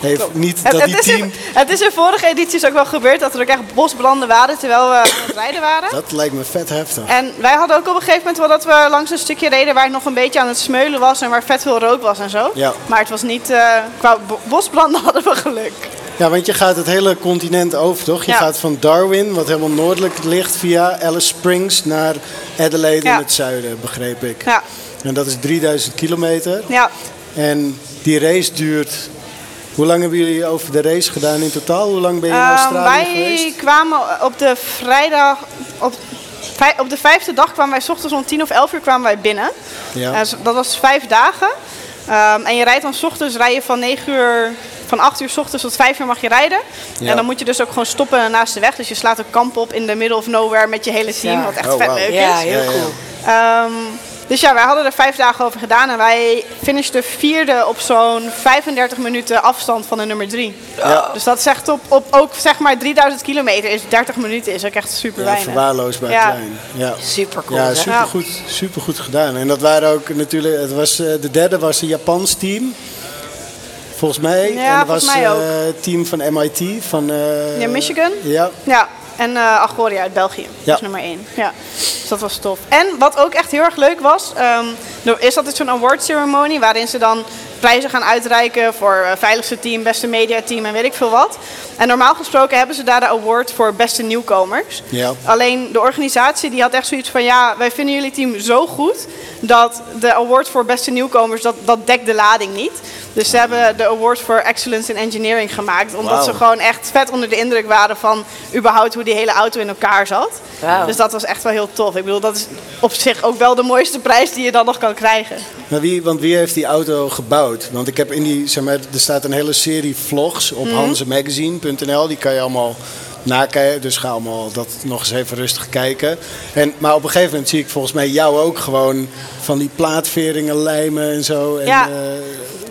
[SPEAKER 1] heeft niet
[SPEAKER 2] Het,
[SPEAKER 1] dat
[SPEAKER 2] het
[SPEAKER 1] die
[SPEAKER 2] is
[SPEAKER 1] team...
[SPEAKER 2] in, het is in vorige edities ook wel gebeurd dat er ook echt bosbranden waren terwijl we aan het rijden waren.
[SPEAKER 1] Dat lijkt me vet heftig.
[SPEAKER 2] En wij hadden ook op een gegeven moment wel dat we langs een stukje reden waar het nog een beetje aan het smeulen was en waar vet veel rook was en zo.
[SPEAKER 1] Ja.
[SPEAKER 2] Maar het was niet, eh, qua bo- bosbranden hadden we geluk.
[SPEAKER 1] Ja, want je gaat het hele continent over, toch? Je
[SPEAKER 2] Ja.
[SPEAKER 1] gaat van Darwin, wat helemaal noordelijk ligt, via Alice Springs naar Adelaide
[SPEAKER 2] Ja.
[SPEAKER 1] in het zuiden, begreep ik.
[SPEAKER 2] Ja.
[SPEAKER 1] En dat is 3000 kilometer.
[SPEAKER 2] Ja,
[SPEAKER 1] En die race duurt... Hoe lang hebben jullie over de race gedaan in totaal? Hoe lang ben je in
[SPEAKER 2] Ehm,
[SPEAKER 1] Australië
[SPEAKER 2] wij
[SPEAKER 1] geweest?
[SPEAKER 2] kwamen op de vrijdag, op, vij- op de vijfde dag kwamen wij 's ochtends om 10 of 11 uur kwamen wij binnen.
[SPEAKER 1] Ja.
[SPEAKER 2] Eh, zo- dat was vijf dagen. Ehm, en je rijdt dan 's ochtends, rij je van 9 uur, van 8 uur 's ochtends tot 5 uur mag je rijden.
[SPEAKER 1] Ja.
[SPEAKER 2] En dan moet je dus ook gewoon stoppen naast de weg. Dus je slaat een kamp op in the middle of nowhere met je hele team,
[SPEAKER 4] Ja.
[SPEAKER 2] wat echt
[SPEAKER 1] Oh,
[SPEAKER 2] vet
[SPEAKER 1] wauw.
[SPEAKER 2] leuk
[SPEAKER 4] Ja,
[SPEAKER 2] is.
[SPEAKER 4] heel
[SPEAKER 1] Ja, ja.
[SPEAKER 4] cool.
[SPEAKER 2] Ehm, dus ja, wij hadden er vijf dagen over gedaan en wij finishten vierde op zo'n 35 minuten afstand van de nummer drie.
[SPEAKER 1] Ja.
[SPEAKER 2] Dus dat zegt op, op ook zeg maar 3000 kilometer is 30 minuten is ook echt super
[SPEAKER 1] Ja,
[SPEAKER 2] weinig.
[SPEAKER 1] verwaarloosbaar
[SPEAKER 2] Ja.
[SPEAKER 1] klein. Ja.
[SPEAKER 4] Supercool,
[SPEAKER 1] Ja,
[SPEAKER 4] hè?
[SPEAKER 1] supergoed, supergoed gedaan. En dat waren ook natuurlijk... Het was, eh, de derde was een Japans team. Volgens mij.
[SPEAKER 2] Ja,
[SPEAKER 1] en er
[SPEAKER 2] volgens
[SPEAKER 1] was
[SPEAKER 2] mij ook.
[SPEAKER 1] eh, het team van MIT. Van, eh,
[SPEAKER 2] Ja, Michigan?
[SPEAKER 1] Ja,
[SPEAKER 2] Ja, En eh, Agoria uit België.
[SPEAKER 1] Ja.
[SPEAKER 2] Dat is nummer één. Ja. Dus dat was tof. En wat ook echt heel erg leuk was, ehm, er is altijd zo'n award ceremony waarin ze dan prijzen gaan uitreiken voor eh, veiligste team, beste mediateam en weet ik veel wat. En normaal gesproken hebben ze daar de award voor beste nieuwkomers.
[SPEAKER 1] Ja.
[SPEAKER 2] Alleen de organisatie die had echt zoiets van ja, wij vinden jullie team zo goed dat de award voor beste nieuwkomers, dat, dat dekt de lading niet. Dus ze hebben de award voor excellence in engineering gemaakt. Omdat
[SPEAKER 1] Wauw.
[SPEAKER 2] ze gewoon echt vet onder de indruk waren van überhaupt hoe die hele auto in elkaar zat.
[SPEAKER 4] Wauw.
[SPEAKER 2] Dus dat was echt wel heel tof. Ik bedoel, dat is op zich ook wel de mooiste prijs die je dan nog kan krijgen.
[SPEAKER 1] Maar wie, want wie heeft die auto gebouwd? Want ik heb in die, zeg maar, er staat een hele serie vlogs
[SPEAKER 2] Mhm.
[SPEAKER 1] op hansemagazine.nl. Die kan je allemaal nakijken. Dus ga allemaal dat nog eens even rustig kijken. En, maar op een gegeven moment zie ik volgens mij jou ook gewoon van die plaatveringen lijmen en zo. En,
[SPEAKER 2] Ja.
[SPEAKER 1] eh,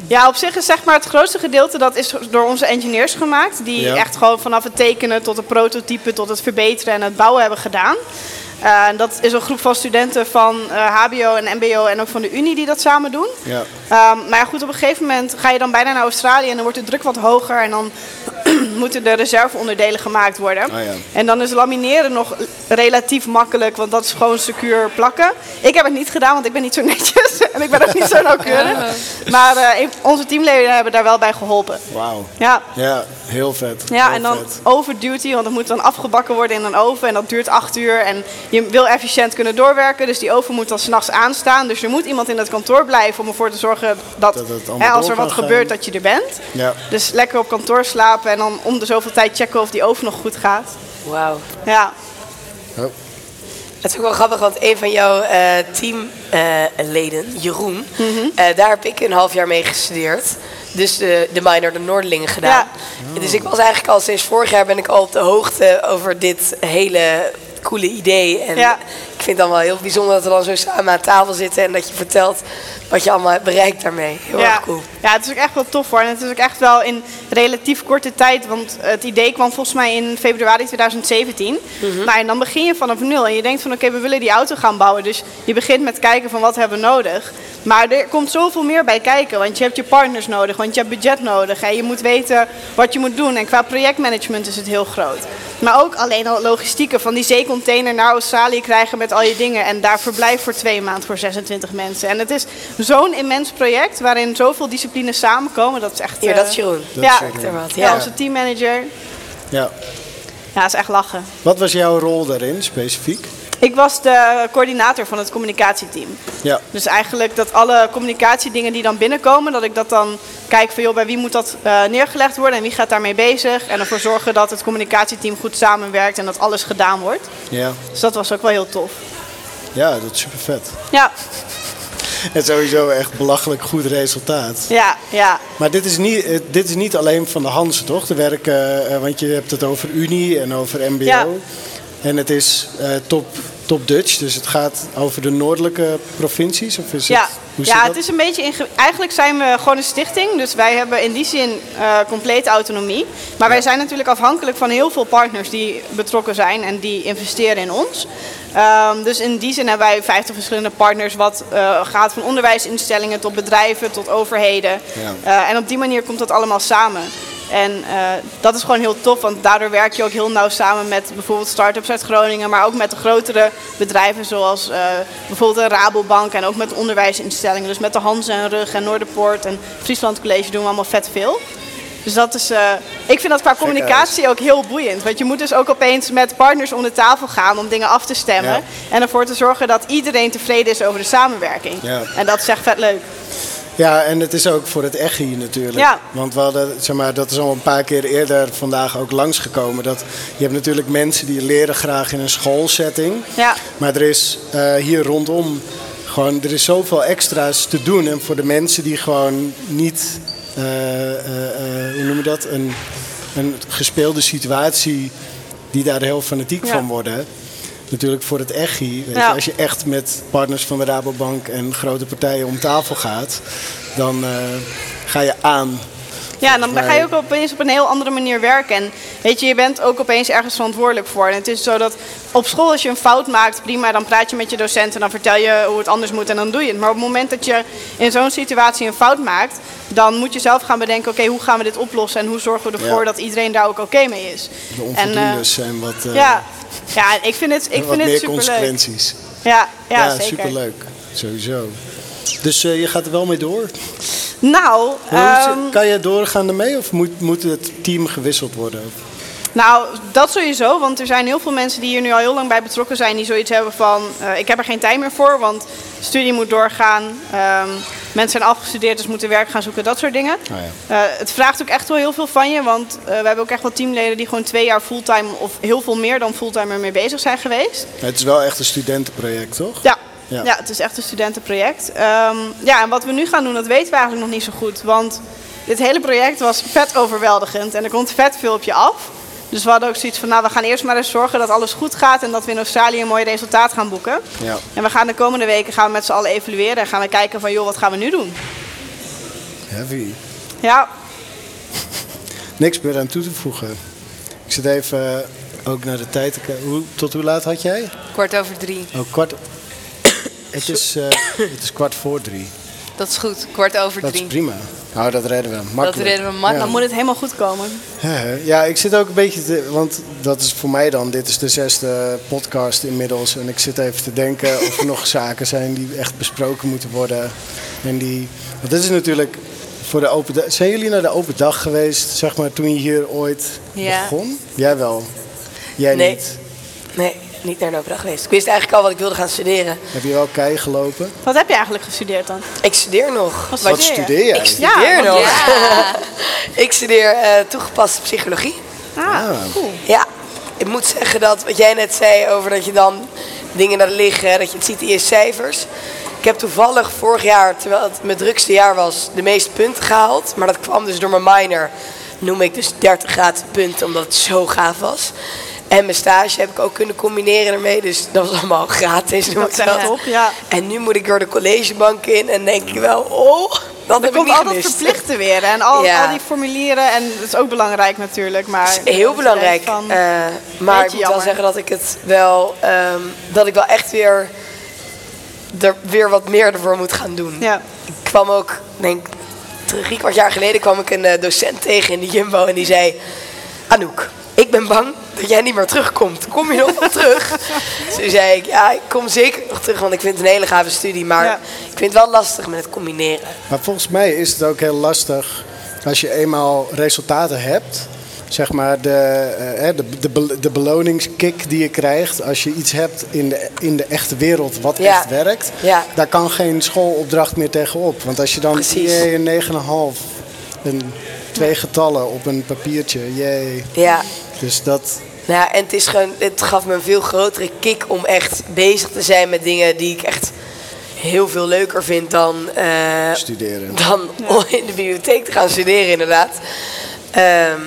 [SPEAKER 2] Ja, op zich is zeg maar het grootste gedeelte dat is door onze engineers gemaakt. Die
[SPEAKER 1] Ja.
[SPEAKER 2] echt gewoon vanaf het tekenen tot het prototype, tot het verbeteren en het bouwen hebben gedaan. Eh, en dat is een groep van studenten van eh, HBO en MBO en ook van de Unie die dat samen doen.
[SPEAKER 1] ja.
[SPEAKER 2] Ehm, maar ja, goed, op een gegeven moment ga je dan bijna naar Australië en dan wordt de druk wat hoger en dan moeten de reserveonderdelen gemaakt worden.
[SPEAKER 1] Ah, ja.
[SPEAKER 2] En dan is lamineren nog relatief makkelijk, want dat is gewoon secuur plakken. Ik heb het niet gedaan, want ik ben niet zo netjes en ik ben ook niet zo nauwkeurig. Maar eh, een- onze teamleden hebben daar wel bij geholpen.
[SPEAKER 1] Wauw.
[SPEAKER 2] Ja.
[SPEAKER 1] Ja, heel vet.
[SPEAKER 2] Ja,
[SPEAKER 1] heel
[SPEAKER 2] en dan
[SPEAKER 1] vet.
[SPEAKER 2] over duty, want het moet dan afgebakken worden in een oven en dat duurt acht uur. En je wil efficiënt kunnen doorwerken, dus die oven moet dan s'nachts aanstaan. Dus er moet iemand in het kantoor blijven om ervoor te zorgen dat,
[SPEAKER 1] Dat het allemaal
[SPEAKER 2] hè, als
[SPEAKER 1] door
[SPEAKER 2] er
[SPEAKER 1] kan
[SPEAKER 2] wat
[SPEAKER 1] gaan.
[SPEAKER 2] gebeurt, dat je er bent.
[SPEAKER 1] Ja.
[SPEAKER 2] Dus lekker op kantoor slapen en dan om de zoveel tijd checken of die oven nog goed gaat.
[SPEAKER 4] Wauw.
[SPEAKER 2] Ja,
[SPEAKER 1] Oh.
[SPEAKER 4] Het is ook wel grappig, want een van jouw eh, teamleden, Jeroen,
[SPEAKER 1] Mhm.
[SPEAKER 4] eh, daar heb ik een half jaar mee gestudeerd. Dus de, de minor, de Noordelingen gedaan. Dus ik was eigenlijk al sinds vorig jaar ben ik al op de hoogte over dit hele coole idee. En
[SPEAKER 2] Ja.
[SPEAKER 4] ik vind het dan wel heel bijzonder dat we dan zo samen aan tafel zitten en dat je vertelt wat je allemaal hebt bereikt daarmee. Heel
[SPEAKER 2] ja.
[SPEAKER 4] erg cool.
[SPEAKER 2] ja, het is ook echt wel tof hoor. En het is ook echt wel in relatief korte tijd. Want het idee kwam volgens mij in februari 2017.
[SPEAKER 4] Mhm.
[SPEAKER 2] Maar en dan begin je vanaf nul. En je denkt van oké, we willen die auto gaan bouwen. Dus je begint met kijken van wat hebben we nodig. Maar er komt zoveel meer bij kijken. Want je hebt je partners nodig. Want je hebt budget nodig. En je moet weten wat je moet doen. En qua projectmanagement is het heel groot. Maar ook alleen al logistieke. Van die zeecontainer naar Australië krijgen met al je dingen. En daar verblijf voor twee maanden voor 26 mensen. En het is zo'n immens project waarin zoveel disciplines samenkomen. Dat is echt...
[SPEAKER 4] Hier,
[SPEAKER 2] eh,
[SPEAKER 4] dat is Jeroen.
[SPEAKER 1] Dat
[SPEAKER 2] ja,
[SPEAKER 1] is Jeroen.
[SPEAKER 4] er wat,
[SPEAKER 2] ja.
[SPEAKER 4] ja.
[SPEAKER 2] onze teammanager.
[SPEAKER 1] Ja.
[SPEAKER 2] Ja, is echt lachen.
[SPEAKER 1] Wat was jouw rol daarin specifiek?
[SPEAKER 2] Ik was de coördinator van het communicatieteam.
[SPEAKER 1] Ja.
[SPEAKER 2] Dus eigenlijk dat alle communicatiedingen die dan binnenkomen, dat ik dat dan kijk van joh, bij wie moet dat eh, neergelegd worden en wie gaat daarmee bezig. En ervoor zorgen dat het communicatieteam goed samenwerkt en dat alles gedaan wordt.
[SPEAKER 1] Ja,
[SPEAKER 2] Dus dat was ook wel heel tof.
[SPEAKER 1] ja dat is super vet.
[SPEAKER 2] Ja,
[SPEAKER 1] En sowieso echt belachelijk goed resultaat.
[SPEAKER 2] ja, ja.
[SPEAKER 1] Maar dit is niet, eh, dit is niet alleen van de Hansen, toch? De werken, eh, want je hebt het over Unie en over MBO.
[SPEAKER 2] Ja.
[SPEAKER 1] En het is eh, top, top Dutch, dus het gaat over de noordelijke provincies? Of is
[SPEAKER 2] Ja,
[SPEAKER 1] het, hoe zit
[SPEAKER 2] ja
[SPEAKER 1] dat?
[SPEAKER 2] het is een beetje. inge- Eigenlijk zijn we gewoon een stichting, dus wij hebben in die zin eh complete autonomie. Maar wij zijn natuurlijk afhankelijk van heel veel partners die betrokken zijn en die investeren in ons. Ehm, dus in die zin hebben wij 50 verschillende partners, wat eh, gaat van onderwijsinstellingen tot bedrijven tot overheden.
[SPEAKER 1] Ja.
[SPEAKER 2] Eh, en op die manier komt dat allemaal samen. En eh, dat is gewoon heel tof, want daardoor werk je ook heel nauw samen met bijvoorbeeld start-ups uit Groningen, maar ook met de grotere bedrijven zoals eh, bijvoorbeeld de Rabobank en ook met onderwijsinstellingen. Dus met de Hanze en Rug en Noorderpoort en Friesland College doen we allemaal vet veel. Dus dat is, eh, ik vind dat qua communicatie ook heel boeiend. Want je moet dus ook opeens met partners om de tafel gaan om dingen af te stemmen.
[SPEAKER 1] Ja.
[SPEAKER 2] En ervoor te zorgen dat iedereen tevreden is over de samenwerking.
[SPEAKER 1] Ja.
[SPEAKER 2] En dat is echt vet leuk.
[SPEAKER 1] Ja, en het is ook voor het echt hier natuurlijk.
[SPEAKER 2] Ja.
[SPEAKER 1] Want we hadden, zeg maar, dat is al een paar keer eerder vandaag ook langsgekomen. Dat, je hebt natuurlijk mensen die leren graag in een schoolsetting.
[SPEAKER 2] Ja.
[SPEAKER 1] Maar er is eh, hier rondom gewoon, er is zoveel extra's te doen. En voor de mensen die gewoon niet, eh, eh, eh, hoe noem je dat, een, een gespeelde situatie, die daar heel fanatiek
[SPEAKER 2] Ja.
[SPEAKER 1] van worden. Natuurlijk voor het echi. Weet je,
[SPEAKER 2] Ja.
[SPEAKER 1] Als je echt met partners van de Rabobank en grote partijen om tafel gaat, dan eh, ga je aan.
[SPEAKER 2] Ja, dan
[SPEAKER 1] mij-
[SPEAKER 2] ga je ook opeens op een heel andere manier werken. En weet je, je bent ook opeens ergens verantwoordelijk voor. En het is zo dat op school als je een fout maakt, prima, dan praat je met je docent en dan vertel je hoe het anders moet en dan doe je het. Maar op het moment dat je in zo'n situatie een fout maakt, dan moet je zelf gaan bedenken, oké, hoe gaan we dit oplossen en hoe zorgen we ervoor
[SPEAKER 1] Ja.
[SPEAKER 2] dat iedereen daar ook oké mee is.
[SPEAKER 1] De
[SPEAKER 2] En, eh,
[SPEAKER 1] onvoldoendes en wat, eh,
[SPEAKER 2] ja, ja, ik vind het, ik
[SPEAKER 1] wat
[SPEAKER 2] vind het
[SPEAKER 1] meer
[SPEAKER 2] superleuk.
[SPEAKER 1] consequenties.
[SPEAKER 2] Ja, ja, zeker.
[SPEAKER 1] superleuk. Sowieso. Dus eh, je gaat er wel mee door.
[SPEAKER 2] Nou,
[SPEAKER 1] Hoe is het-
[SPEAKER 2] ehm,
[SPEAKER 1] kan je doorgaan ermee of moet, moet het team gewisseld worden?
[SPEAKER 2] Nou, dat sowieso, want er zijn heel veel mensen die hier nu al heel lang bij betrokken zijn, die zoiets hebben van, eh, ik heb er geen tijd meer voor, want studie moet doorgaan, ehm, mensen zijn afgestudeerd, dus moeten werk gaan zoeken, dat soort dingen.
[SPEAKER 1] Ah,
[SPEAKER 2] Eh, het vraagt ook echt wel heel veel van je, want eh, we hebben ook echt wel teamleden die gewoon twee jaar fulltime of heel veel meer dan fulltime ermee bezig zijn geweest.
[SPEAKER 1] Het is wel echt een studentenproject, toch?
[SPEAKER 2] Ja.
[SPEAKER 1] Ja.
[SPEAKER 2] Ja. het is echt een studentenproject. Ehm, ja, en wat we nu gaan doen, dat weten we eigenlijk nog niet zo goed. Want dit hele project was vet overweldigend en er komt vet veel op je af. Dus we hadden ook zoiets van, nou, we gaan eerst maar eens zorgen dat alles goed gaat en dat we in Australië een mooi resultaat gaan boeken.
[SPEAKER 1] Ja.
[SPEAKER 2] En we gaan de komende weken gaan we met z'n allen evalueren en gaan we kijken van, joh, wat gaan we nu doen?
[SPEAKER 1] Heavy.
[SPEAKER 2] Ja,
[SPEAKER 1] Niks meer aan toe te voegen. Ik zit even eh, ook naar de tijd te kijken. Hoe- Tot hoe laat had jij?
[SPEAKER 3] Kwart over drie.
[SPEAKER 1] Oh, kwart. het, is, eh, het is kwart voor drie.
[SPEAKER 3] Dat is goed. Kwart over
[SPEAKER 1] Dat is
[SPEAKER 3] drie.
[SPEAKER 1] prima. Nou, dat redden we. Makkelijk.
[SPEAKER 3] redden we makkelijk.
[SPEAKER 1] Ja.
[SPEAKER 2] dan moet het helemaal goed komen.
[SPEAKER 1] Ja, Ja, ik zit ook een beetje te. Want dat is voor mij dan. Dit is de zesde podcast inmiddels. En ik zit even te denken of er nog zaken zijn die echt besproken moeten worden. En die. Want dit is natuurlijk voor de open dag. Zijn jullie naar de open dag geweest, zeg maar, toen je hier ooit
[SPEAKER 3] Ja.
[SPEAKER 1] begon? Jij wel. Jij
[SPEAKER 4] Nee.
[SPEAKER 1] niet.
[SPEAKER 4] Nee, niet naar de open dag geweest. Ik wist eigenlijk al wat ik wilde gaan studeren.
[SPEAKER 1] Heb je wel kei gelopen?
[SPEAKER 2] Wat heb je eigenlijk gestudeerd dan?
[SPEAKER 4] Ik studeer nog.
[SPEAKER 2] Wat
[SPEAKER 1] Wat
[SPEAKER 2] studeer je?
[SPEAKER 1] studeer jij?
[SPEAKER 4] Ik
[SPEAKER 2] Ja,
[SPEAKER 4] studeer nog.
[SPEAKER 2] want-
[SPEAKER 4] ik studeer eh, toegepaste psychologie.
[SPEAKER 2] Ah, cool.
[SPEAKER 4] Ja, ik moet zeggen dat wat jij net zei over dat je dan dingen naar liggen, dat je het ziet in je cijfers. Ik heb toevallig vorig jaar, terwijl het mijn drukste jaar was, de meeste punten gehaald. Maar dat kwam dus door mijn minor. Noem ik dus 30 gratis punten, omdat het zo gaaf was. En mijn stage heb ik ook kunnen combineren ermee. Dus dat was allemaal gratis. noem
[SPEAKER 2] Dat
[SPEAKER 4] ik
[SPEAKER 2] is echt top, ja.
[SPEAKER 4] En nu moet ik door de collegebank in en denk ik wel, oh, dat
[SPEAKER 2] Er
[SPEAKER 4] heb ik
[SPEAKER 2] komt
[SPEAKER 4] niet
[SPEAKER 2] al dat
[SPEAKER 4] gemist.
[SPEAKER 2] verplichten weer en al,
[SPEAKER 4] Ja.
[SPEAKER 2] al die formulieren. En dat is ook belangrijk natuurlijk. Maar
[SPEAKER 4] is heel belangrijk.
[SPEAKER 2] Van,
[SPEAKER 4] eh, maar ik
[SPEAKER 2] beetje
[SPEAKER 4] moet wel
[SPEAKER 2] jammer.
[SPEAKER 4] zeggen dat ik het wel, ehm, dat ik wel echt weer er weer wat meer ervoor moet gaan doen.
[SPEAKER 2] Ja.
[SPEAKER 4] Ik kwam ook, denk drie kwart jaar geleden kwam ik een eh, docent tegen in de Jumbo en die zei, Anouk, ik ben bang dat jij niet meer terugkomt. Kom je nog wel terug? Toen zei ik, ja, ik kom zeker nog terug, want ik vind het een hele gave studie, maar
[SPEAKER 2] Ja.
[SPEAKER 4] ik vind het wel lastig met het combineren.
[SPEAKER 1] Maar volgens mij is het ook heel lastig als je eenmaal resultaten hebt. Zeg maar de, eh, hè, de, de, bel- de beloningskick die je krijgt als je iets hebt in de, in de echte wereld wat
[SPEAKER 4] Ja.
[SPEAKER 1] echt werkt.
[SPEAKER 4] Ja.
[SPEAKER 1] Daar kan geen schoolopdracht meer tegenop. Want als je dan
[SPEAKER 4] Precies.
[SPEAKER 1] jee, een 9,5 en twee getallen op een papiertje, jee.
[SPEAKER 4] Ja.
[SPEAKER 1] Dus dat,
[SPEAKER 4] Nou ja, en het, is gewoon, het gaf me een veel grotere kick om echt bezig te zijn met dingen die ik echt heel veel leuker vind dan, eh,
[SPEAKER 1] Studeren.
[SPEAKER 4] dan om in de bibliotheek te gaan studeren, inderdaad. Ehm,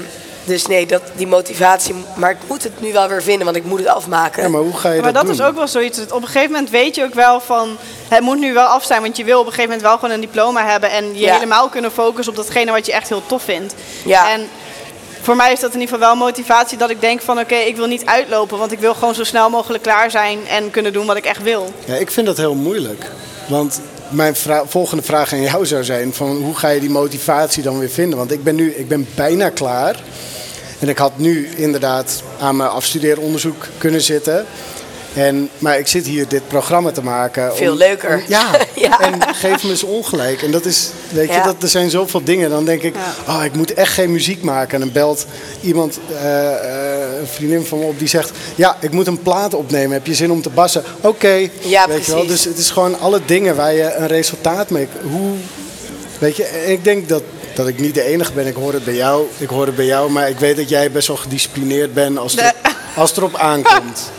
[SPEAKER 4] dus nee, dat, die motivatie, maar ik moet het nu wel weer vinden, want ik moet het afmaken.
[SPEAKER 1] ja, maar hoe ga je
[SPEAKER 2] maar
[SPEAKER 1] dat
[SPEAKER 2] dat
[SPEAKER 1] doen?
[SPEAKER 2] is ook wel zoiets. dat Op een gegeven moment weet je ook wel van... Het moet nu wel af zijn, want je wil op een gegeven moment wel gewoon een diploma hebben. En je
[SPEAKER 4] Ja.
[SPEAKER 2] helemaal kunnen focussen op datgene wat je echt heel tof vindt.
[SPEAKER 4] Ja.
[SPEAKER 2] En voor mij is dat in ieder geval wel motivatie dat ik denk van... Oké, ik wil niet uitlopen, want ik wil gewoon zo snel mogelijk klaar zijn. En kunnen doen wat ik echt wil.
[SPEAKER 1] Ja, ik vind dat heel moeilijk. Want mijn vra- volgende vraag aan jou zou zijn: van hoe ga je die motivatie dan weer vinden? Want ik ben nu ik ben bijna klaar. En ik had nu inderdaad aan mijn afstudeeronderzoek kunnen zitten. En, maar ik zit hier dit programma te maken. om-
[SPEAKER 4] Veel leuker.
[SPEAKER 1] om- ja.
[SPEAKER 4] Ja.
[SPEAKER 1] en geef me eens ongelijk. En dat is, weet je,
[SPEAKER 4] Ja.
[SPEAKER 1] dat, er zijn zoveel dingen. Dan denk ik, oh, ik moet echt geen muziek maken. En dan belt iemand, eh, eh, een vriendin van me op, die zegt... Ja, ik moet een plaat opnemen. Heb je zin om te bassen? Oké.
[SPEAKER 4] Ja,
[SPEAKER 1] Weet je wel,
[SPEAKER 4] precies.
[SPEAKER 1] Dus het is gewoon alle dingen waar je een resultaat mee... Hoe, weet je, en ik denk dat, dat ik niet de enige ben. Ik hoor het bij jou, ik hoor het bij jou. Maar ik weet dat jij best wel gedisciplineerd bent als, het
[SPEAKER 2] Nee.
[SPEAKER 1] er- als het erop aankomt.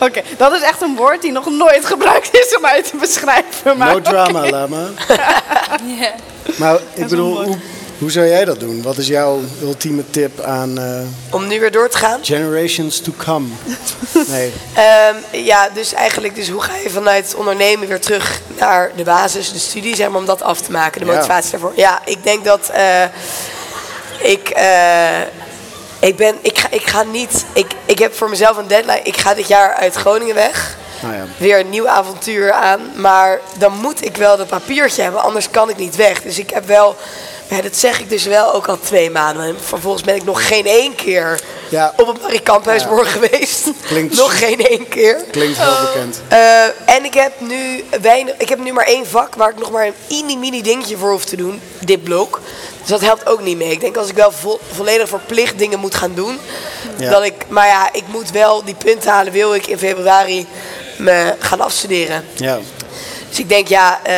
[SPEAKER 2] Oké, dat is echt een woord die nog nooit gebruikt is om uit te beschrijven. Maar
[SPEAKER 1] No drama, Lama.
[SPEAKER 3] Ja.
[SPEAKER 1] Maar ik bedoel, hoe, hoe zou jij dat doen? Wat is jouw ultieme tip aan eh,
[SPEAKER 4] Om nu weer door te gaan.
[SPEAKER 1] generations to come? Nee,
[SPEAKER 4] Ehm, ja, dus eigenlijk, dus hoe ga je vanuit ondernemen weer terug naar de basis, de studie, zeg maar, om dat af te maken, de
[SPEAKER 1] Ja.
[SPEAKER 4] motivatie daarvoor? Ja, ik denk dat eh, ik eh, Ik, ben, ik, ga, ik ga niet. Ik, ik heb voor mezelf een deadline. Ik ga dit jaar uit Groningen weg.
[SPEAKER 1] Nou ja.
[SPEAKER 4] Weer een nieuw avontuur aan. Maar dan moet ik wel dat papiertje hebben, anders kan ik niet weg. Dus ik heb wel. Ja, dat zeg ik dus wel ook al twee maanden. En vervolgens ben ik nog geen één keer
[SPEAKER 1] Ja.
[SPEAKER 4] op het Marikamphuisborg geweest.
[SPEAKER 1] Klinkt-
[SPEAKER 4] nog geen één keer.
[SPEAKER 1] Klinkt heel bekend.
[SPEAKER 4] Eh, en ik heb nu weinig. Ik heb nu maar één vak waar ik nog maar een mini-mini dingetje voor hoef te doen. Dit blok. Dus dat helpt ook niet mee. Ik denk als ik wel vo- volledig verplicht dingen moet gaan doen.
[SPEAKER 1] Ja.
[SPEAKER 4] Dat ik, maar ja, ik moet wel die punten halen. Wil ik in februari me gaan afstuderen.
[SPEAKER 1] Ja.
[SPEAKER 4] Dus ik denk ja. eh,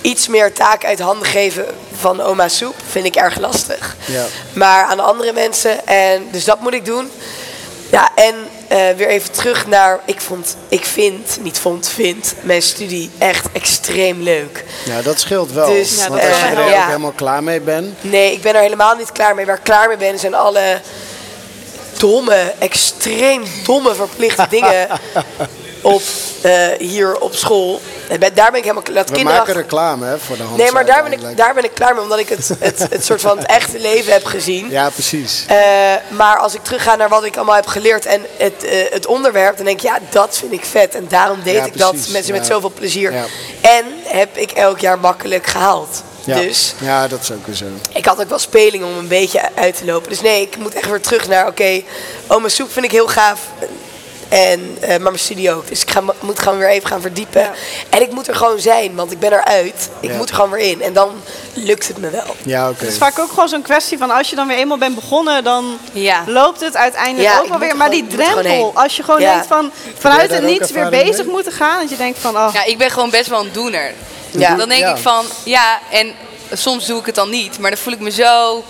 [SPEAKER 4] iets meer taak uit handen geven van oma soep vind ik erg lastig.
[SPEAKER 1] Ja.
[SPEAKER 4] Maar aan andere mensen. En, dus dat moet ik doen. Ja, en eh, weer even terug naar. Ik vond, ik vind, niet vond, vind mijn studie echt extreem leuk.
[SPEAKER 1] ja, dat scheelt wel.
[SPEAKER 4] Dus,
[SPEAKER 1] Want als je
[SPEAKER 4] eh,
[SPEAKER 1] er ook
[SPEAKER 4] ja.
[SPEAKER 1] helemaal klaar mee bent.
[SPEAKER 4] Nee, ik ben er helemaal niet klaar mee. Waar ik klaar mee ben, zijn alle domme, extreem domme verplichte dingen op, eh, hier op school. En ben- daar ben ik helemaal klaar. dat
[SPEAKER 1] We
[SPEAKER 4] kinderen-
[SPEAKER 1] maken reclame hè, voor de hand.
[SPEAKER 4] Nee, maar daar ben, ik, daar ben ik klaar mee, omdat ik het, het, het soort van het echte leven heb gezien.
[SPEAKER 1] Ja, precies.
[SPEAKER 4] Eh, maar als ik terugga naar wat ik allemaal heb geleerd en het, eh, het onderwerp, dan denk ik, ja, dat vind ik vet. En daarom deed
[SPEAKER 1] Ja,
[SPEAKER 4] ik dat
[SPEAKER 1] precies,
[SPEAKER 4] met, met
[SPEAKER 1] ja.
[SPEAKER 4] zoveel plezier.
[SPEAKER 1] Ja.
[SPEAKER 4] En heb ik elk jaar makkelijk gehaald.
[SPEAKER 1] Ja.
[SPEAKER 4] Dus
[SPEAKER 1] ja, dat is ook weer zo.
[SPEAKER 4] ik had ook wel speling om een beetje uit te lopen. Dus nee, ik moet echt weer terug naar, oké, oma soep vind ik heel gaaf. En, eh, maar mijn studie ook. Dus ik ga, moet gewoon weer even gaan verdiepen. En ik moet er gewoon zijn, want ik ben eruit. Ik
[SPEAKER 1] Ja.
[SPEAKER 4] moet er gewoon weer in. En dan lukt het me wel.
[SPEAKER 1] Ja, oké.
[SPEAKER 2] Het is vaak ook gewoon zo'n kwestie van als je dan weer eenmaal bent begonnen, dan
[SPEAKER 3] Ja.
[SPEAKER 2] loopt het uiteindelijk
[SPEAKER 4] Ja, ik
[SPEAKER 2] ook wel
[SPEAKER 4] moet
[SPEAKER 2] weer.
[SPEAKER 4] er
[SPEAKER 2] Maar
[SPEAKER 4] gewoon-
[SPEAKER 2] die
[SPEAKER 4] ik moet er gewoon
[SPEAKER 2] drempel,
[SPEAKER 4] heen.
[SPEAKER 2] als je gewoon
[SPEAKER 4] Ja.
[SPEAKER 2] denkt van vanuit
[SPEAKER 1] daar
[SPEAKER 2] het
[SPEAKER 1] ook
[SPEAKER 2] niets weer
[SPEAKER 1] ervaring
[SPEAKER 2] bezig
[SPEAKER 1] mee?
[SPEAKER 2] moeten gaan. Dat je denkt van, oh,
[SPEAKER 3] Ja, ik ben gewoon best wel een doener.
[SPEAKER 4] Ja.
[SPEAKER 3] Dan denk
[SPEAKER 1] Ja.
[SPEAKER 3] ik van, ja, en soms doe ik het dan niet, maar dan voel ik me zo,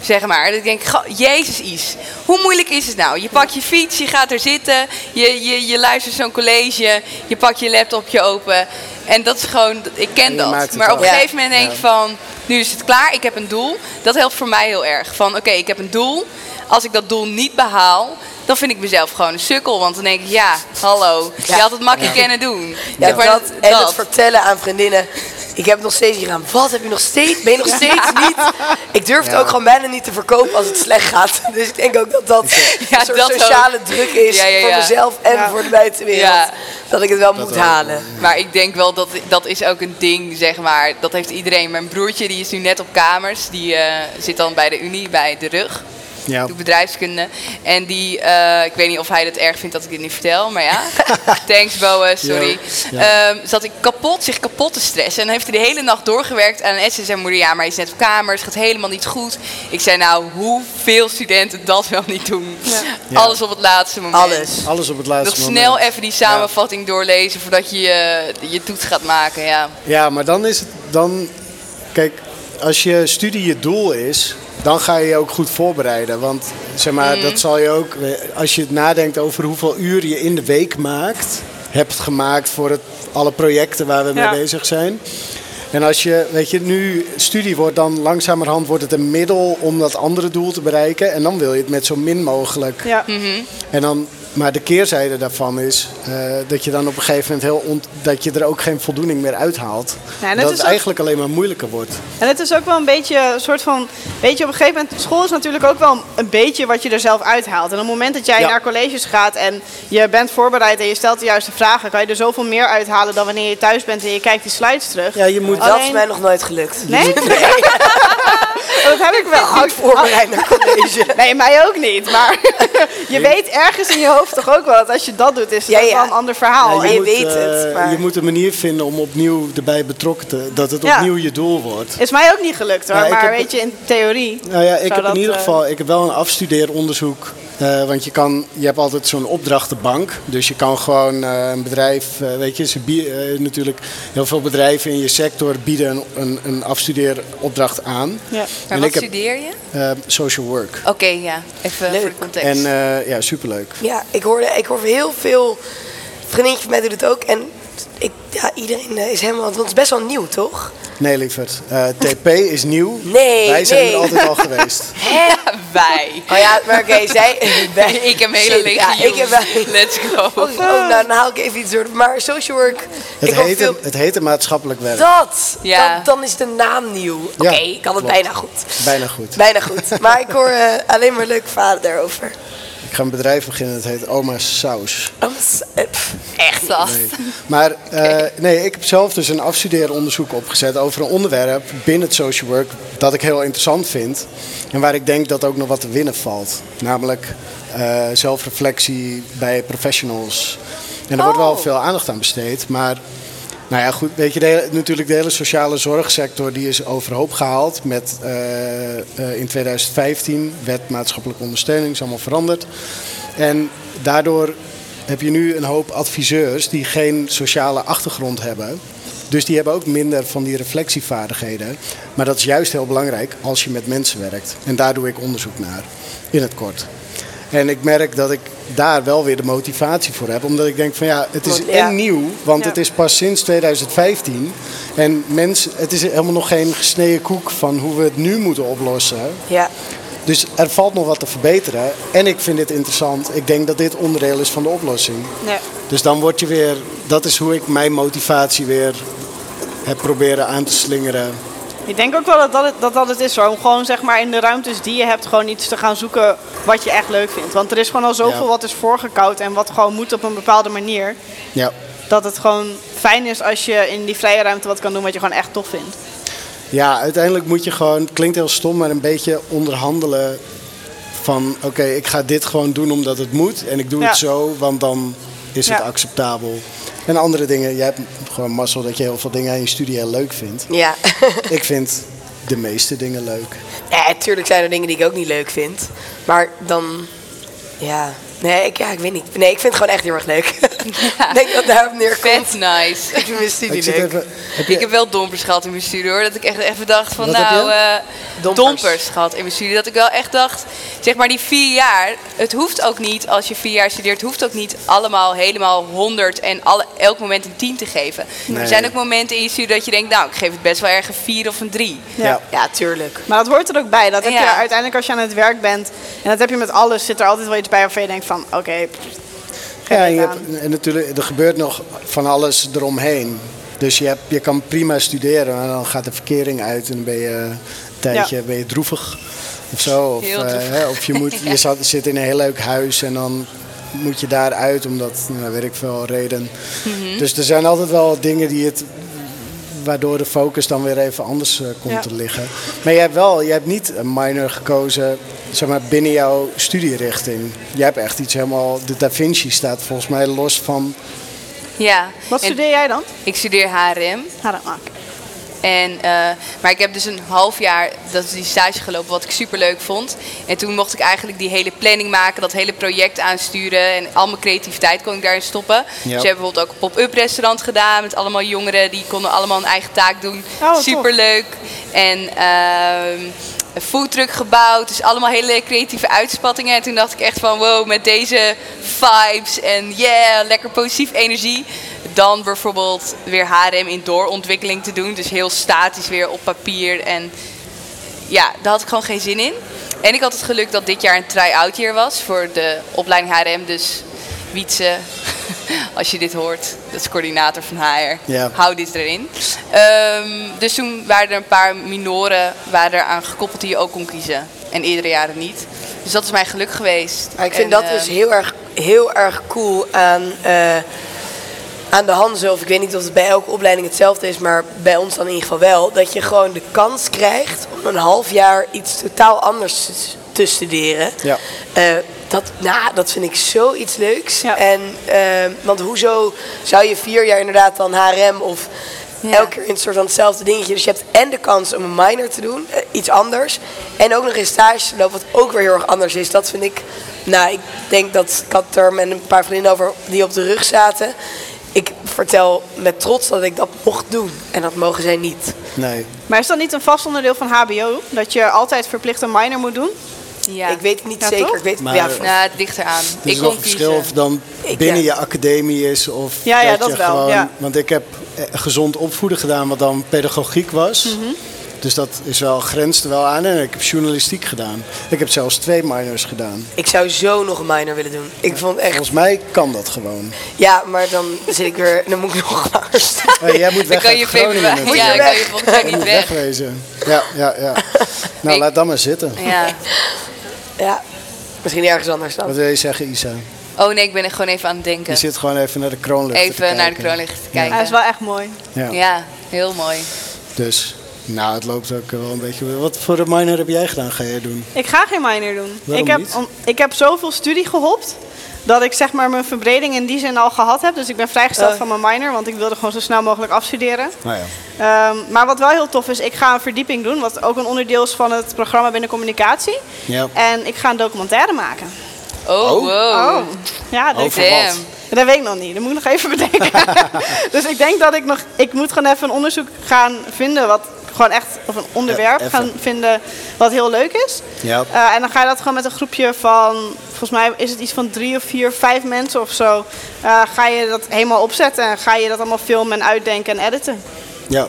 [SPEAKER 3] zeg maar, dat ik denk, "Goh, jezus is, hoe moeilijk is het nou? Je pakt je fiets, je gaat er zitten, je, je, je luistert zo'n college, je pakt je laptopje open. En dat is gewoon, ik ken
[SPEAKER 1] je
[SPEAKER 3] dat.
[SPEAKER 1] maakt het
[SPEAKER 3] Maar op
[SPEAKER 1] af.
[SPEAKER 3] een
[SPEAKER 4] Ja.
[SPEAKER 3] gegeven moment denk ik van, nu is het klaar, ik heb een doel. Dat helpt voor mij heel erg. Van, oké, ik heb een doel. Als ik dat doel niet behaal, dan vind ik mezelf gewoon een sukkel. Want dan denk ik, ja, hallo,
[SPEAKER 4] Ja.
[SPEAKER 3] je had het makkelijk kunnen doen.
[SPEAKER 4] Ja,
[SPEAKER 3] Zeg maar
[SPEAKER 4] dat, en dat.
[SPEAKER 3] dat.
[SPEAKER 4] vertellen aan vriendinnen. Ik heb het nog steeds gedaan. Wat heb je nog steeds? Ben je nog steeds niet? Ik durf het
[SPEAKER 1] Ja.
[SPEAKER 4] ook gewoon bijna niet te verkopen als het slecht gaat. Dus ik denk ook dat dat
[SPEAKER 3] Ja,
[SPEAKER 4] een soort
[SPEAKER 3] dat
[SPEAKER 4] sociale
[SPEAKER 3] ook.
[SPEAKER 4] druk is
[SPEAKER 3] Ja, ja,
[SPEAKER 4] voor
[SPEAKER 3] ja.
[SPEAKER 4] mezelf en voor de buitenwereld.
[SPEAKER 3] Ja.
[SPEAKER 4] Dat ik het wel moet
[SPEAKER 1] ook.
[SPEAKER 4] halen.
[SPEAKER 3] Maar ik denk wel dat dat is ook een ding, zeg maar. Dat heeft iedereen. Mijn broertje die is nu net op kamers. Die eh, zit dan bij de Unie, bij de rug.
[SPEAKER 1] Ja.
[SPEAKER 3] Doe bedrijfskunde. En die, eh, ik weet niet of hij dat erg vindt dat ik dit niet vertel, maar ja. Thanks, Boe, sorry.
[SPEAKER 1] Yo.
[SPEAKER 3] Ehm, zat ik kapot, zich kapot te stressen. En dan heeft hij de hele nacht doorgewerkt aan een en moeder. Ja, maar hij is net op kamer, het gaat helemaal niet goed. Ik zei, nou, hoeveel studenten dat wel niet doen?
[SPEAKER 1] Ja.
[SPEAKER 3] Alles op het laatste moment.
[SPEAKER 4] Alles.
[SPEAKER 1] Alles op het laatste
[SPEAKER 3] Nog
[SPEAKER 1] moment.
[SPEAKER 3] snel even die samenvatting doorlezen voordat je eh, je toets gaat maken. Ja.
[SPEAKER 1] Ja, maar dan is het dan. Kijk, als je studie je doel is, dan ga je je ook goed voorbereiden. Want zeg maar, dat zal je ook. Als je nadenkt over hoeveel uren je in de week maakt, hebt gemaakt voor het, alle projecten waar we
[SPEAKER 2] Ja.
[SPEAKER 1] mee bezig zijn. En als je, weet je, nu studie wordt, dan langzamerhand wordt het een middel om dat andere doel te bereiken. En dan wil je het met zo min mogelijk
[SPEAKER 2] ja.
[SPEAKER 1] en dan, maar de keerzijde daarvan is eh, dat je dan op een gegeven moment heel ont- dat je er ook geen voldoening meer uithaalt.
[SPEAKER 2] Ja, en
[SPEAKER 1] dat
[SPEAKER 2] dat
[SPEAKER 1] het
[SPEAKER 2] is ook-
[SPEAKER 1] eigenlijk alleen maar moeilijker wordt.
[SPEAKER 2] En het is ook wel een beetje een soort van. Weet je, op een gegeven moment. School is natuurlijk ook wel een beetje wat je er zelf uithaalt. En op het moment dat jij
[SPEAKER 1] Ja.
[SPEAKER 2] naar colleges gaat en je bent voorbereid en je stelt de juiste vragen, kan je er zoveel meer uithalen dan wanneer je thuis bent en je kijkt die slides terug.
[SPEAKER 1] Ja, je moet
[SPEAKER 4] Dat is
[SPEAKER 2] Alleen-
[SPEAKER 4] mij nog nooit gelukt.
[SPEAKER 2] Nee? Dat heb ik wel.
[SPEAKER 4] Goed voorbereid naar college.
[SPEAKER 2] Nee, mij ook niet. Maar je weet ergens in je hoofd toch ook wel dat als je dat doet, is het
[SPEAKER 4] Ja,
[SPEAKER 2] ook
[SPEAKER 4] ja.
[SPEAKER 2] wel een ander verhaal.
[SPEAKER 4] Ja,
[SPEAKER 2] En
[SPEAKER 4] je
[SPEAKER 2] je-
[SPEAKER 4] weet het,
[SPEAKER 1] eh,
[SPEAKER 4] maar-
[SPEAKER 1] Je moet een manier vinden om opnieuw erbij betrokken te... dat het
[SPEAKER 2] Ja.
[SPEAKER 1] opnieuw je doel wordt.
[SPEAKER 2] Is mij ook niet gelukt hoor.
[SPEAKER 1] Ja, ik
[SPEAKER 2] maar
[SPEAKER 1] heb-
[SPEAKER 2] weet je, in theorie.
[SPEAKER 1] Nou ja, ik
[SPEAKER 2] zou
[SPEAKER 1] heb
[SPEAKER 2] dat,
[SPEAKER 1] in ieder
[SPEAKER 2] eh,
[SPEAKER 1] geval ik heb wel een afstudeeronderzoek. eh, want je, kan, je hebt altijd zo'n opdrachtenbank. Dus je kan gewoon eh, een bedrijf, eh, weet je, ze bieden, natuurlijk heel veel bedrijven in je sector bieden een, een, een afstudeeropdracht aan.
[SPEAKER 2] Ja. Maar
[SPEAKER 3] Maar
[SPEAKER 1] En
[SPEAKER 3] wat
[SPEAKER 1] ik heb-
[SPEAKER 3] studeer je?
[SPEAKER 1] Eh, social work.
[SPEAKER 3] Oké, ja. Even
[SPEAKER 4] Leuk.
[SPEAKER 3] voor de context.
[SPEAKER 1] En eh, ja, superleuk.
[SPEAKER 4] Ja, ik hoorde, ik hoor heel veel. Een vriendinnetje van mij doet het ook. En ik ja, iedereen eh, is helemaal... Want het is best wel nieuw, toch?
[SPEAKER 1] Nee, lieverd. Eh, TP is nieuw.
[SPEAKER 4] Nee,
[SPEAKER 1] Wij zijn
[SPEAKER 4] nee.
[SPEAKER 1] er altijd al geweest.
[SPEAKER 4] Hè?
[SPEAKER 3] Wij.
[SPEAKER 4] Oh ja, maar oké, zij...
[SPEAKER 3] Ik heb hele
[SPEAKER 4] Shit,
[SPEAKER 3] legioen.
[SPEAKER 4] Ja, ik heb wel...
[SPEAKER 3] Let's go.
[SPEAKER 4] Oh, oh, nou, dan haal ik even iets door. Maar social work...
[SPEAKER 1] Het
[SPEAKER 4] ik hoop
[SPEAKER 1] heette,
[SPEAKER 4] veel-
[SPEAKER 1] het heette maatschappelijk werk.
[SPEAKER 4] Dat!
[SPEAKER 3] Ja.
[SPEAKER 4] Dan, dan is de naam nieuw.
[SPEAKER 1] Ja,
[SPEAKER 4] Oké, ik had het
[SPEAKER 1] klopt.
[SPEAKER 4] bijna goed.
[SPEAKER 1] Bijna goed.
[SPEAKER 4] Bijna goed. Maar ik hoor eh, alleen maar leuke verhalen daarover.
[SPEAKER 1] Ik ga een bedrijf beginnen, dat heet Oma Saus.
[SPEAKER 4] Oh, s- eh, pff.
[SPEAKER 3] Echt dat.
[SPEAKER 1] Nee. Maar eh, nee, ik heb zelf dus een afstudeeronderzoek opgezet over een onderwerp binnen het social work dat ik heel interessant vind. En waar ik denk dat ook nog wat te winnen valt. Namelijk eh, zelfreflectie bij professionals. En er wordt wel
[SPEAKER 4] Oh.
[SPEAKER 1] veel aandacht aan besteed. Maar nou ja, goed, weet je, de, hele- natuurlijk de hele sociale zorgsector die is overhoop gehaald. Met eh, eh, in 2015 wet maatschappelijke ondersteuning, is allemaal veranderd. En daardoor heb je nu een hoop adviseurs die geen sociale achtergrond hebben. Dus die hebben ook minder van die reflectievaardigheden. Maar dat is juist heel belangrijk als je met mensen werkt. En daar doe ik onderzoek naar, in het kort. En ik merk dat ik daar wel weer de motivatie voor heb. Omdat ik denk van ja, het is
[SPEAKER 4] Want, ja.
[SPEAKER 1] en nieuw. Want
[SPEAKER 2] Ja.
[SPEAKER 1] het is pas sinds 2015. En mensen, het is helemaal nog geen gesneden koek van hoe we het nu moeten oplossen.
[SPEAKER 4] Ja.
[SPEAKER 1] Dus er valt nog wat te verbeteren. En ik vind dit interessant. Ik denk dat dit onderdeel is van de oplossing.
[SPEAKER 2] Nee.
[SPEAKER 1] Dus dan word je weer. Dat is hoe ik mijn motivatie weer heb proberen aan te slingeren.
[SPEAKER 2] Ik denk ook wel dat dat, het, dat dat het is hoor. Om gewoon zeg maar in de ruimtes die je hebt gewoon iets te gaan zoeken wat je echt leuk vindt. Want er is gewoon al zoveel
[SPEAKER 1] Ja.
[SPEAKER 2] wat is voorgekoud en wat gewoon moet op een bepaalde manier.
[SPEAKER 1] Ja.
[SPEAKER 2] Dat het gewoon fijn is als je in die vrije ruimte wat kan doen wat je gewoon echt tof vindt.
[SPEAKER 1] Ja, uiteindelijk moet je gewoon, het klinkt heel stom, maar een beetje onderhandelen van oké, ik ga dit gewoon doen omdat het moet en ik doe
[SPEAKER 2] Ja.
[SPEAKER 1] het zo, want dan is het
[SPEAKER 2] Ja.
[SPEAKER 1] acceptabel. En andere dingen, jij hebt gewoon mazzel dat je heel veel dingen aan je studie heel leuk vindt.
[SPEAKER 4] Ja.
[SPEAKER 1] Ik vind de meeste dingen leuk.
[SPEAKER 4] Nee, tuurlijk zijn er dingen die ik ook niet leuk vind. Maar dan... Ja. Nee, ik, ja, ik weet niet. Nee, ik vind het gewoon echt heel erg leuk. Ik denk dat daarop neerkomt.
[SPEAKER 3] Vet nice.
[SPEAKER 4] Ik vind mijn studie
[SPEAKER 1] Ik zit
[SPEAKER 4] leuk.
[SPEAKER 1] even, heb je-
[SPEAKER 3] Ik heb wel dompers gehad in mijn studie hoor. Dat ik echt even dacht van
[SPEAKER 1] Wat heb
[SPEAKER 3] nou,
[SPEAKER 1] je?
[SPEAKER 3] eh, dompers.
[SPEAKER 4] Dompers.
[SPEAKER 3] gehad in mijn studie. Dat ik wel echt dacht, zeg maar die vier jaar. Het hoeft ook niet, als je vier jaar studeert, hoeft ook niet allemaal helemaal 100 en alle, elk moment een 10 te geven.
[SPEAKER 1] Nee.
[SPEAKER 3] Er zijn ook momenten in je studie dat je denkt, nou ik geef het best wel erg een 4 of een 3.
[SPEAKER 1] ja.
[SPEAKER 4] Ja, tuurlijk.
[SPEAKER 2] Maar dat hoort er ook bij. Dat heb je
[SPEAKER 3] Ja.
[SPEAKER 2] uiteindelijk als je aan het werk bent. En dat heb je met alles. Zit er altijd wel iets bij waarvan je denkt van oké. pff, geef
[SPEAKER 1] Ja, en,
[SPEAKER 2] het
[SPEAKER 1] je
[SPEAKER 2] aan.
[SPEAKER 1] hebt- en natuurlijk, er gebeurt nog van alles eromheen. Dus je, hebt, je kan prima studeren, maar dan gaat de verkering uit en dan ben je een tijdje ben je droevig of zo. Of,
[SPEAKER 3] Heel
[SPEAKER 1] eh,
[SPEAKER 3] droevig.
[SPEAKER 1] hè, of je, moet, je zat, zit in een heel leuk huis en dan moet je daaruit omdat, nou, weet ik veel, reden.
[SPEAKER 3] Mhm.
[SPEAKER 1] Dus er zijn altijd wel dingen die het waardoor de focus dan weer even anders eh, komt
[SPEAKER 2] Ja.
[SPEAKER 1] te liggen. Maar je hebt wel, je hebt niet een minor gekozen, zeg maar, binnen jouw studierichting. Je hebt echt iets helemaal, de Da Vinci staat volgens mij los van,
[SPEAKER 3] Ja.
[SPEAKER 2] Wat
[SPEAKER 3] En
[SPEAKER 2] studeer jij dan?
[SPEAKER 3] Ik studeer HRM.
[SPEAKER 2] Ga dat maken.
[SPEAKER 3] En, eh, maar ik heb dus een half jaar dat is die stage gelopen, wat ik super leuk vond. En toen mocht ik eigenlijk die hele planning maken, dat hele project aansturen. En al mijn creativiteit kon ik daarin stoppen. Dus we hebben bijvoorbeeld ook een pop-up restaurant gedaan met allemaal jongeren. Die konden allemaal een eigen taak doen.
[SPEAKER 2] Oh, tof.
[SPEAKER 3] super leuk. En ehm, een foodtruck gebouwd. Dus allemaal hele creatieve uitspattingen. En toen dacht ik echt van wow, met deze vibes en yeah, lekker positief energie. Dan bijvoorbeeld weer HRM in doorontwikkeling te doen. Dus heel statisch weer op papier. En ja, daar had ik gewoon geen zin in. En ik had het geluk dat dit jaar een try-out year was voor de opleiding HRM. Dus Wietse, als je dit hoort, dat is coördinator van HR.
[SPEAKER 1] Ja.
[SPEAKER 3] Hou dit erin. Ehm, dus toen waren er een paar minoren waren er aan gekoppeld die je ook kon kiezen. En eerdere jaren niet. Dus dat is mijn geluk geweest.
[SPEAKER 4] Maar ik vind
[SPEAKER 3] En,
[SPEAKER 4] dat
[SPEAKER 3] ehm,
[SPEAKER 4] dus heel erg, heel erg cool aan, eh, aan de Hanze. Of ik weet niet of het bij elke opleiding hetzelfde is, maar bij ons dan in ieder geval wel. Dat je gewoon de kans krijgt om een half jaar iets totaal anders te, te studeren.
[SPEAKER 1] Ja.
[SPEAKER 4] Eh, dat, nou, dat vind ik zoiets leuks.
[SPEAKER 2] Ja.
[SPEAKER 4] En, eh, want hoezo zou je vier jaar inderdaad dan HRM of elke keer in een soort van hetzelfde dingetje. Dus je hebt en de kans om een minor te doen, eh, iets anders. En ook nog eens stage te lopen, wat ook weer heel erg anders is. Dat vind ik, nou ik denk dat ik had het er met een paar vrienden over die op de rug zaten. Ik vertel met trots dat ik dat mocht doen. En dat mogen zij niet.
[SPEAKER 1] nee,
[SPEAKER 2] Maar is dat niet een vast onderdeel van HBO? Dat je altijd verplicht een minor moet doen?
[SPEAKER 3] Ja,
[SPEAKER 4] Ik weet het niet
[SPEAKER 2] Ja,
[SPEAKER 4] zeker.
[SPEAKER 2] toch?
[SPEAKER 4] Ik weet het
[SPEAKER 1] Maar-
[SPEAKER 4] ja,
[SPEAKER 3] Nou, het ligt eraan.
[SPEAKER 1] er is
[SPEAKER 3] ik
[SPEAKER 1] nog
[SPEAKER 3] kon
[SPEAKER 1] verschil
[SPEAKER 3] kiezen.
[SPEAKER 1] of dan
[SPEAKER 4] Ik,
[SPEAKER 1] binnen
[SPEAKER 4] ja.
[SPEAKER 1] je academie is of
[SPEAKER 2] Ja, ja, dat
[SPEAKER 1] je
[SPEAKER 2] wel,
[SPEAKER 1] gewoon...
[SPEAKER 2] ja.
[SPEAKER 1] Want ik heb eh, gezond opvoeden gedaan, wat dan pedagogiek was. Dus dat is wel, grenst er wel aan. En ik heb journalistiek gedaan. Ik heb zelfs twee minors gedaan.
[SPEAKER 4] Ik zou zo nog een minor willen doen. Ik vond echt...
[SPEAKER 1] Volgens mij kan dat gewoon.
[SPEAKER 4] Ja, maar dan zit ik weer... Dan moet ik nog maar
[SPEAKER 1] Hey, jij moet
[SPEAKER 3] Dan
[SPEAKER 1] weg
[SPEAKER 3] kan
[SPEAKER 1] uit
[SPEAKER 3] je
[SPEAKER 1] Groningen.
[SPEAKER 3] februari.
[SPEAKER 1] natuurlijk.
[SPEAKER 3] Ja,
[SPEAKER 4] je
[SPEAKER 3] dan kan
[SPEAKER 4] weg.
[SPEAKER 3] je volgens mij
[SPEAKER 1] Jij
[SPEAKER 3] niet
[SPEAKER 1] moet
[SPEAKER 3] weg.
[SPEAKER 1] wegwezen. Ja, ja, ja. Nou,
[SPEAKER 3] Ik-
[SPEAKER 1] laat dat maar zitten.
[SPEAKER 3] Ja.
[SPEAKER 4] Ja, misschien ergens anders
[SPEAKER 1] Wat
[SPEAKER 4] dan.
[SPEAKER 1] wil je zeggen, Isa?
[SPEAKER 3] Oh nee, ik ben er gewoon even aan het
[SPEAKER 1] Je
[SPEAKER 3] denken.
[SPEAKER 1] zit gewoon even naar de kroonluchter te
[SPEAKER 3] Even naar de
[SPEAKER 1] kijken.
[SPEAKER 3] kroonlichter te
[SPEAKER 2] Hij is
[SPEAKER 3] kijken.
[SPEAKER 2] wel echt mooi.
[SPEAKER 1] Ja.
[SPEAKER 3] Ja, heel mooi.
[SPEAKER 1] Dus, nou, het loopt ook wel een beetje... Wat voor een minor heb jij gedaan, ga jij doen?
[SPEAKER 2] Ik ga geen minor doen.
[SPEAKER 1] Waarom
[SPEAKER 2] ik, heb,
[SPEAKER 1] niet?
[SPEAKER 2] om- ik heb zoveel studie gehopt. Dat ik zeg maar mijn verbreding in die zin al gehad heb. Dus ik ben vrijgesteld
[SPEAKER 4] Oh.
[SPEAKER 2] van mijn minor. Want ik wilde gewoon zo snel mogelijk afstuderen.
[SPEAKER 1] Nou ja.
[SPEAKER 2] Ehm, maar wat wel heel tof is, ik ga een verdieping doen. Wat ook een onderdeel is van het programma binnen communicatie.
[SPEAKER 1] Ja.
[SPEAKER 2] En ik ga een documentaire maken.
[SPEAKER 3] Oh,
[SPEAKER 1] Oh.
[SPEAKER 3] wow.
[SPEAKER 2] Ja, dat,
[SPEAKER 1] Over wat?
[SPEAKER 3] Damn.
[SPEAKER 2] dat weet ik nog niet. Dat moet ik nog even bedenken. dus ik denk dat ik nog... Ik moet gewoon even een onderzoek gaan vinden. Wat gewoon echt... Of een onderwerp
[SPEAKER 1] Ja, even.
[SPEAKER 2] gaan vinden wat heel leuk is.
[SPEAKER 1] Ja.
[SPEAKER 2] Eh, en dan ga je dat gewoon met een groepje van... Volgens mij is het iets van drie of vier, vijf mensen of zo. eh, ga je dat helemaal opzetten. En ga je dat allemaal filmen en uitdenken en editen.
[SPEAKER 1] ja,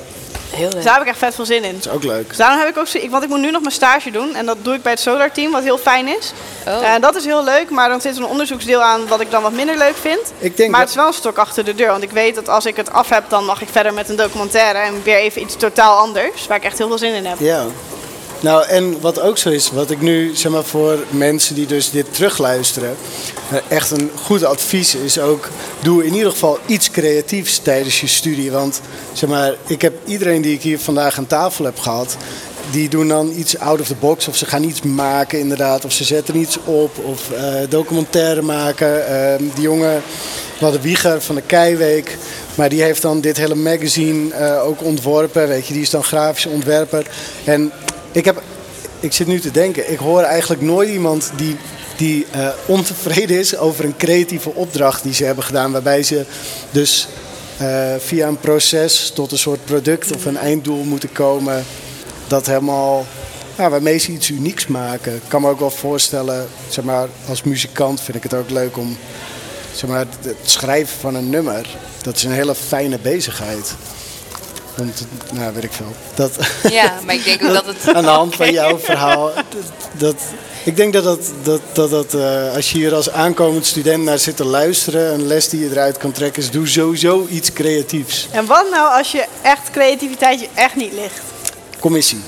[SPEAKER 4] Heel
[SPEAKER 2] Dus
[SPEAKER 4] leuk.
[SPEAKER 2] daar heb ik echt vet veel zin in.
[SPEAKER 1] is ook leuk.
[SPEAKER 2] Dus daarom heb ik ook zo, ik- want ik moet nu nog mijn stage doen en dat doe ik bij het Solar Team, wat heel fijn is.
[SPEAKER 3] Oh.
[SPEAKER 2] En dat is heel leuk, maar dan zit er een onderzoeksdeel aan wat ik dan wat minder leuk vind.
[SPEAKER 1] Ik denk
[SPEAKER 2] maar
[SPEAKER 1] dat-
[SPEAKER 2] het is wel een stok achter de deur, want ik weet dat als ik het af heb, dan mag ik verder met een documentaire en weer even iets totaal anders, waar ik echt heel veel zin in heb.
[SPEAKER 1] Ja. Nou, en wat ook zo is, wat ik nu zeg maar voor mensen die dus dit terugluisteren, eh, echt een goed advies is ook, doe in ieder geval iets creatiefs tijdens je studie. Want zeg maar, ik heb iedereen die ik hier vandaag aan tafel heb gehad, die doen dan iets out of the box of ze gaan iets maken inderdaad, of ze zetten iets op of eh, documentaire maken. Ehm, die jongen, we hadden Wieger van de Keiweek, maar die heeft dan dit hele magazine eh, ook ontworpen, weet je, die is dan grafisch ontwerper. En ik heb, ik zit nu te denken, ik hoor eigenlijk nooit iemand die, die eh, ontevreden is over een creatieve opdracht die ze hebben gedaan, waarbij ze dus eh, via een proces tot een soort product of een einddoel moeten komen dat helemaal, ja, waarmee ze iets unieks maken. Ik kan me ook wel voorstellen, zeg maar, als muzikant vind ik het ook leuk om, zeg maar, het- het schrijven van een nummer, dat is een hele fijne bezigheid. Want, nou, weet ik veel. Dat,
[SPEAKER 3] Ja, maar ik denk ook dat het...
[SPEAKER 1] aan de hand van jouw verhaal. dat- Dat, ik denk dat, dat, dat, dat, dat eh, als je hier als aankomend student naar zit te luisteren, een les die je eruit kan trekken is doe sowieso iets creatiefs.
[SPEAKER 2] En wat nou als je echt creativiteit je echt niet ligt?
[SPEAKER 1] Commissie.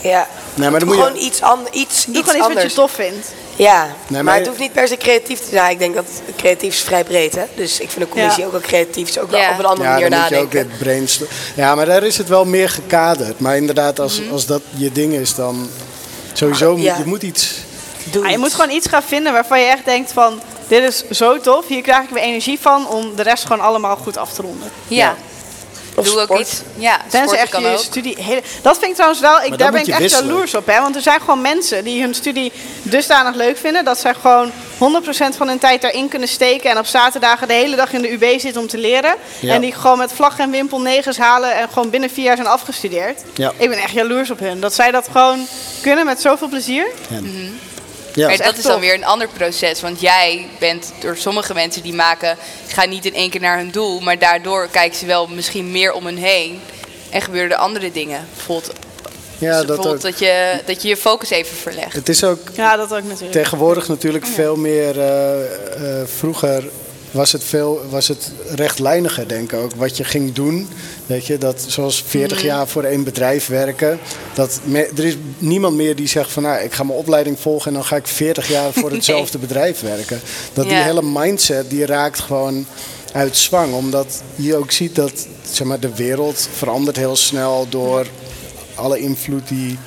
[SPEAKER 4] Ja.
[SPEAKER 1] Nee, maar dan
[SPEAKER 4] Doe
[SPEAKER 1] moet je-
[SPEAKER 4] gewoon iets, an iets,
[SPEAKER 2] Doe
[SPEAKER 4] iets
[SPEAKER 2] gewoon iets wat je
[SPEAKER 4] anders.
[SPEAKER 2] tof vindt.
[SPEAKER 4] Ja,
[SPEAKER 1] maar
[SPEAKER 4] maar,
[SPEAKER 1] je-
[SPEAKER 4] het hoeft niet per se creatief te zijn. Ik denk dat creatief is vrij breed, hè. Dus ik vind de commissie
[SPEAKER 2] Ja.
[SPEAKER 4] ook wel creatief. Dus ook wel
[SPEAKER 3] Ja.
[SPEAKER 4] op een andere
[SPEAKER 1] Ja,
[SPEAKER 4] manier
[SPEAKER 1] dan moet je ook
[SPEAKER 4] nadenken.
[SPEAKER 1] weer brainstormen. Ja, maar daar is het wel meer gekaderd. Maar inderdaad, als, als dat je ding is, dan sowieso moet
[SPEAKER 4] Mhm. Ah, ja.
[SPEAKER 1] je moet iets.
[SPEAKER 4] Doe
[SPEAKER 2] Ah, je
[SPEAKER 4] iets.
[SPEAKER 2] moet gewoon iets gaan vinden waarvan je echt denkt van, dit is zo tof, hier krijg ik weer energie van om de rest gewoon allemaal goed af te ronden.
[SPEAKER 3] Ja.
[SPEAKER 4] Of
[SPEAKER 3] Doe ook
[SPEAKER 4] sport.
[SPEAKER 3] iets. Ja,
[SPEAKER 2] Tenzij
[SPEAKER 3] sporten
[SPEAKER 2] echt
[SPEAKER 3] kan
[SPEAKER 2] je
[SPEAKER 3] ook.
[SPEAKER 2] studie... Hele, dat vind ik trouwens wel... Ik,
[SPEAKER 1] dan
[SPEAKER 2] daar ben
[SPEAKER 1] moet
[SPEAKER 2] ik
[SPEAKER 1] je
[SPEAKER 2] echt
[SPEAKER 1] wisselen.
[SPEAKER 2] jaloers op. Hè? Want er zijn gewoon mensen die hun studie dusdanig leuk vinden... dat zij gewoon 100% van hun tijd daarin kunnen steken... en op zaterdagen de hele dag in de UB zitten om te leren.
[SPEAKER 1] Ja.
[SPEAKER 2] En die gewoon met vlag en wimpel negens halen... en gewoon binnen vier jaar zijn afgestudeerd.
[SPEAKER 1] Ja.
[SPEAKER 2] Ik ben echt jaloers op hun. Dat zij dat gewoon kunnen met zoveel plezier.
[SPEAKER 1] Ja. Ja.
[SPEAKER 3] Maar dat
[SPEAKER 2] echt
[SPEAKER 3] is dan
[SPEAKER 2] tof.
[SPEAKER 3] weer een ander proces. Want jij bent door sommige mensen die maken, gaan niet in één keer naar hun doel. Maar daardoor kijken ze wel misschien meer om hun heen. En gebeuren er andere dingen. Bijvoorbeeld,
[SPEAKER 1] ja,
[SPEAKER 3] dus
[SPEAKER 1] dat
[SPEAKER 3] bijvoorbeeld
[SPEAKER 1] ook.
[SPEAKER 3] dat, je, dat je je focus even verlegt.
[SPEAKER 1] Het is ook
[SPEAKER 2] Ja, dat ook natuurlijk.
[SPEAKER 1] Tegenwoordig natuurlijk veel meer. eh, eh, vroeger was het, veel, was het rechtlijniger, denk ik ook. Wat je ging doen. Weet je, dat zoals 40 jaar voor één bedrijf werken. Dat me- er is niemand meer die zegt van nou, ik ga mijn opleiding volgen en dan ga ik 40 jaar voor hetzelfde bedrijf werken. Dat die
[SPEAKER 3] Ja.
[SPEAKER 1] hele mindset die raakt gewoon uit zwang. Omdat je ook ziet dat zeg maar, de wereld verandert heel snel door alle invloed die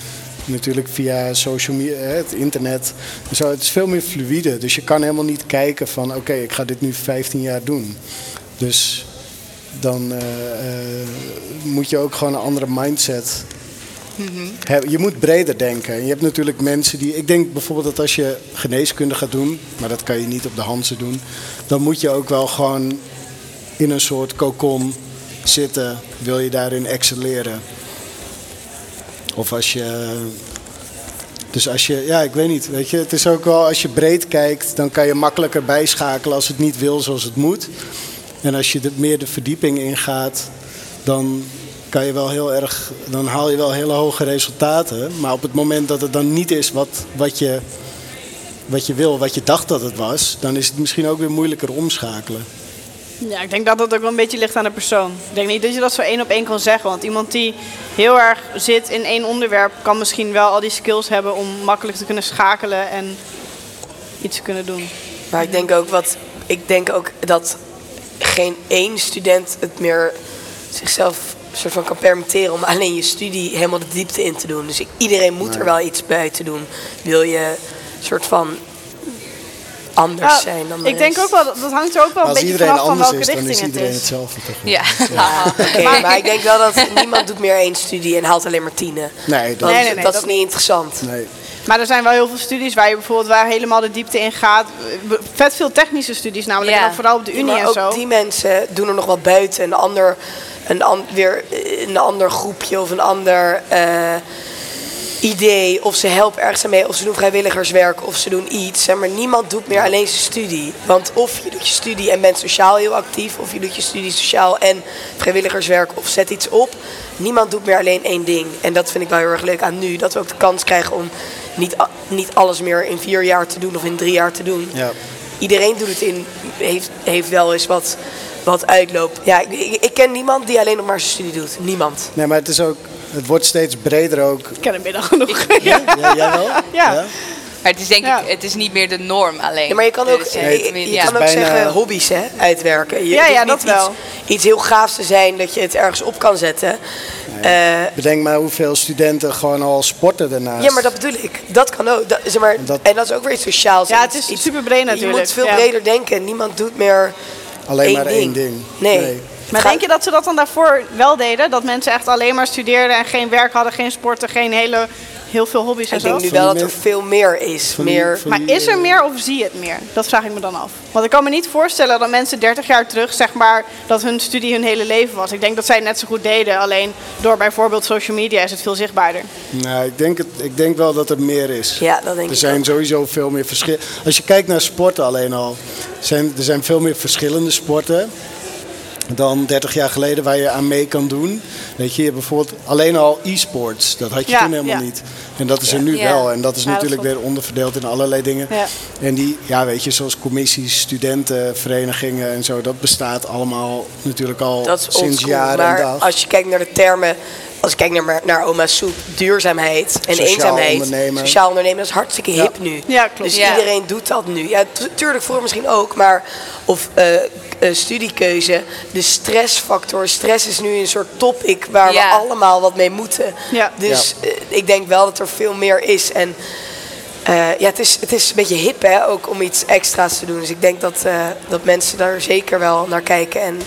[SPEAKER 1] natuurlijk via social media, hè, het internet. en Zo, het is veel meer fluïde. Dus je kan helemaal niet kijken van oké, ik ga dit nu 15 jaar doen. Dus dan eh, eh, moet je ook gewoon een andere mindset Hè, Je moet breder denken. En Je hebt natuurlijk mensen die. Ik denk bijvoorbeeld dat als je geneeskunde gaat doen, maar dat kan je niet op de Hansen doen, dan moet je ook wel gewoon in een soort cocon zitten. Wil je daarin excelleren? Of als je. Dus als je, ja, ik weet niet. Weet je, het is ook wel als je breed kijkt, dan kan je makkelijker bijschakelen als het niet wil zoals het moet. En als je de, meer de verdieping ingaat, dan kan je wel heel erg, dan haal je wel hele hoge resultaten. Maar op het moment dat het dan niet is wat, wat, je, wat je wil, wat je dacht dat het was, dan is het misschien ook weer moeilijker omschakelen.
[SPEAKER 2] Ja, ik denk dat dat ook wel een beetje ligt aan de persoon. Ik denk niet dat je dat zo één op één kan zeggen. Want iemand die heel erg zit in één onderwerp, kan misschien wel al die skills hebben om makkelijk te kunnen schakelen en iets te kunnen doen.
[SPEAKER 4] Maar ik denk ook, wat, ik denk ook dat geen één student het meer zichzelf soort van kan permitteren om alleen je studie helemaal de diepte in te doen. Dus ik- iedereen moet er wel iets bij te doen. Wil je soort van anders
[SPEAKER 2] Nou,
[SPEAKER 4] zijn dan de
[SPEAKER 2] ik denk
[SPEAKER 4] rest.
[SPEAKER 2] ook wel, dat dat hangt er ook wel een
[SPEAKER 1] als
[SPEAKER 2] beetje
[SPEAKER 1] iedereen
[SPEAKER 2] vanaf van
[SPEAKER 1] anders
[SPEAKER 2] welke
[SPEAKER 1] is, dan
[SPEAKER 2] richting
[SPEAKER 1] is
[SPEAKER 2] het
[SPEAKER 1] iedereen
[SPEAKER 2] is.
[SPEAKER 1] hetzelfde toch?
[SPEAKER 3] Ja.
[SPEAKER 4] Oké, maar ik denk wel dat niemand doet meer één studie en haalt alleen maar tienen.
[SPEAKER 1] Nee, dat-
[SPEAKER 4] dat,
[SPEAKER 2] Nee, nee, nee,
[SPEAKER 4] dat is
[SPEAKER 2] dat-
[SPEAKER 4] niet interessant.
[SPEAKER 1] Nee.
[SPEAKER 2] Maar er zijn wel heel veel studies waar je bijvoorbeeld waar helemaal de diepte in gaat. Vet veel technische studies namelijk,
[SPEAKER 3] Ja.
[SPEAKER 2] en dan vooral op de unie
[SPEAKER 4] maar
[SPEAKER 2] en
[SPEAKER 4] ook
[SPEAKER 2] zo.
[SPEAKER 4] die mensen doen er nog wat buiten. Een ander, een an- weer eh, een ander groepje of een ander eh, idee. Of ze helpen ergens aan mee. Of ze doen vrijwilligerswerk. Of ze doen iets. Hè. Maar niemand doet meer alleen zijn studie. Want of je doet je studie en bent sociaal heel actief. Of je doet je studie sociaal en vrijwilligerswerk. Of zet iets op. Niemand doet meer alleen één ding. En dat vind ik wel heel erg leuk aan nu. Dat we ook de kans krijgen om niet, a- niet alles meer in vier jaar te doen. Of in drie jaar te doen
[SPEAKER 1] Ja.
[SPEAKER 4] iedereen doet het in, heeft, heeft wel eens wat, wat uitloop. Ja, ik, ik, ik ken niemand die alleen nog maar zijn studie doet. Niemand.
[SPEAKER 1] nee, maar het, is ook, het wordt steeds breder ook.
[SPEAKER 2] Ik ken hem middag genoeg. Ja.
[SPEAKER 1] Ja, jij wel?
[SPEAKER 2] Ja.
[SPEAKER 3] Maar het is denk
[SPEAKER 2] Ja.
[SPEAKER 3] ik, het is niet meer de norm alleen.
[SPEAKER 4] Ja, maar je kan ook,
[SPEAKER 3] Dus, eh,
[SPEAKER 4] eh, je,
[SPEAKER 3] tenminste,
[SPEAKER 4] je
[SPEAKER 3] ja.
[SPEAKER 4] kan ook
[SPEAKER 1] Het is bijna-
[SPEAKER 4] zeggen hobby's hè, uitwerken. Je,
[SPEAKER 2] Ja,
[SPEAKER 4] het
[SPEAKER 2] ja,
[SPEAKER 4] hoeft
[SPEAKER 2] dat
[SPEAKER 4] niet
[SPEAKER 2] wel.
[SPEAKER 4] Iets, iets heel gaafs te zijn dat je het ergens op kan zetten. Eh,
[SPEAKER 1] Bedenk maar hoeveel studenten gewoon al sporten daarnaast.
[SPEAKER 4] ja, maar dat bedoel ik. Dat kan ook. Dat, zeg maar, en,
[SPEAKER 1] dat-
[SPEAKER 4] dat, is ook weer iets sociaals.
[SPEAKER 2] Ja,
[SPEAKER 4] en
[SPEAKER 2] het
[SPEAKER 4] iets-
[SPEAKER 2] is
[SPEAKER 4] iets-
[SPEAKER 2] superbreed natuurlijk,
[SPEAKER 4] Je moet veel
[SPEAKER 2] ja.
[SPEAKER 4] breder denken. Niemand doet meer
[SPEAKER 1] Alleen
[SPEAKER 4] één
[SPEAKER 1] maar
[SPEAKER 4] ding.
[SPEAKER 1] één ding.
[SPEAKER 4] Nee.
[SPEAKER 1] Nee.
[SPEAKER 2] Maar
[SPEAKER 4] Het gaat-
[SPEAKER 2] denk je dat ze dat dan daarvoor wel deden? Dat mensen echt alleen maar studeerden en geen werk hadden, geen sporten, geen hele, heel veel hobby's en
[SPEAKER 4] Ik
[SPEAKER 2] zo?
[SPEAKER 4] denk nu
[SPEAKER 1] Van
[SPEAKER 4] wel dat eh,
[SPEAKER 1] die
[SPEAKER 4] er
[SPEAKER 1] men-
[SPEAKER 4] veel meer is.
[SPEAKER 1] die-
[SPEAKER 4] meer,
[SPEAKER 1] van
[SPEAKER 2] Maar is er meer of zie je het meer? Dat vraag ik me dan af. Want ik kan me niet voorstellen dat mensen 30 jaar terug, zeg maar, dat hun studie hun hele leven was. Ik denk dat zij het net zo goed deden, alleen door bijvoorbeeld social media is het veel zichtbaarder.
[SPEAKER 1] Nou, ik denk, het, ik denk wel dat er meer is.
[SPEAKER 4] Ja, dat denk ik
[SPEAKER 1] Er zijn sowieso veel meer verschillen. Als je kijkt naar sporten alleen al. Zijn, er zijn veel meer verschillende sporten dan 30 jaar geleden waar je aan mee kan doen. Weet je, je hebt bijvoorbeeld alleen al e-sports. Dat had je
[SPEAKER 2] Ja,
[SPEAKER 1] toen helemaal
[SPEAKER 2] ja.
[SPEAKER 1] niet. En dat is er nu
[SPEAKER 3] Ja.
[SPEAKER 1] wel. En dat is
[SPEAKER 2] Ja, dat
[SPEAKER 1] natuurlijk
[SPEAKER 2] klopt.
[SPEAKER 1] weer onderverdeeld in allerlei dingen.
[SPEAKER 2] Ja.
[SPEAKER 1] En die, ja, weet je, zoals commissies, studentenverenigingen en zo. Dat bestaat allemaal natuurlijk al
[SPEAKER 4] Dat is
[SPEAKER 1] sinds
[SPEAKER 4] oldschool.
[SPEAKER 1] jaren
[SPEAKER 4] Maar
[SPEAKER 1] en dag.
[SPEAKER 4] als je kijkt naar de termen, als ik kijk naar, maar- naar oma Soep, duurzaamheid en
[SPEAKER 1] Sociaal
[SPEAKER 4] eenzaamheid.
[SPEAKER 1] ondernemen.
[SPEAKER 4] Sociaal ondernemen, dat is hartstikke hip nu.
[SPEAKER 2] Ja, klopt.
[SPEAKER 4] Dus
[SPEAKER 3] Ja.
[SPEAKER 4] iedereen doet dat nu. Ja, tu- tuurlijk voor misschien ook, maar of eh, eh, studiekeuze, de stressfactor. Stress is nu een soort topic waar
[SPEAKER 3] Ja.
[SPEAKER 4] we allemaal wat mee moeten.
[SPEAKER 2] Ja.
[SPEAKER 4] Dus eh, ik denk wel dat er veel meer is. En eh, ja, het is, het is een beetje hip hè, ook om iets extra's te doen. Dus ik denk dat, eh, dat mensen daar zeker wel naar kijken. En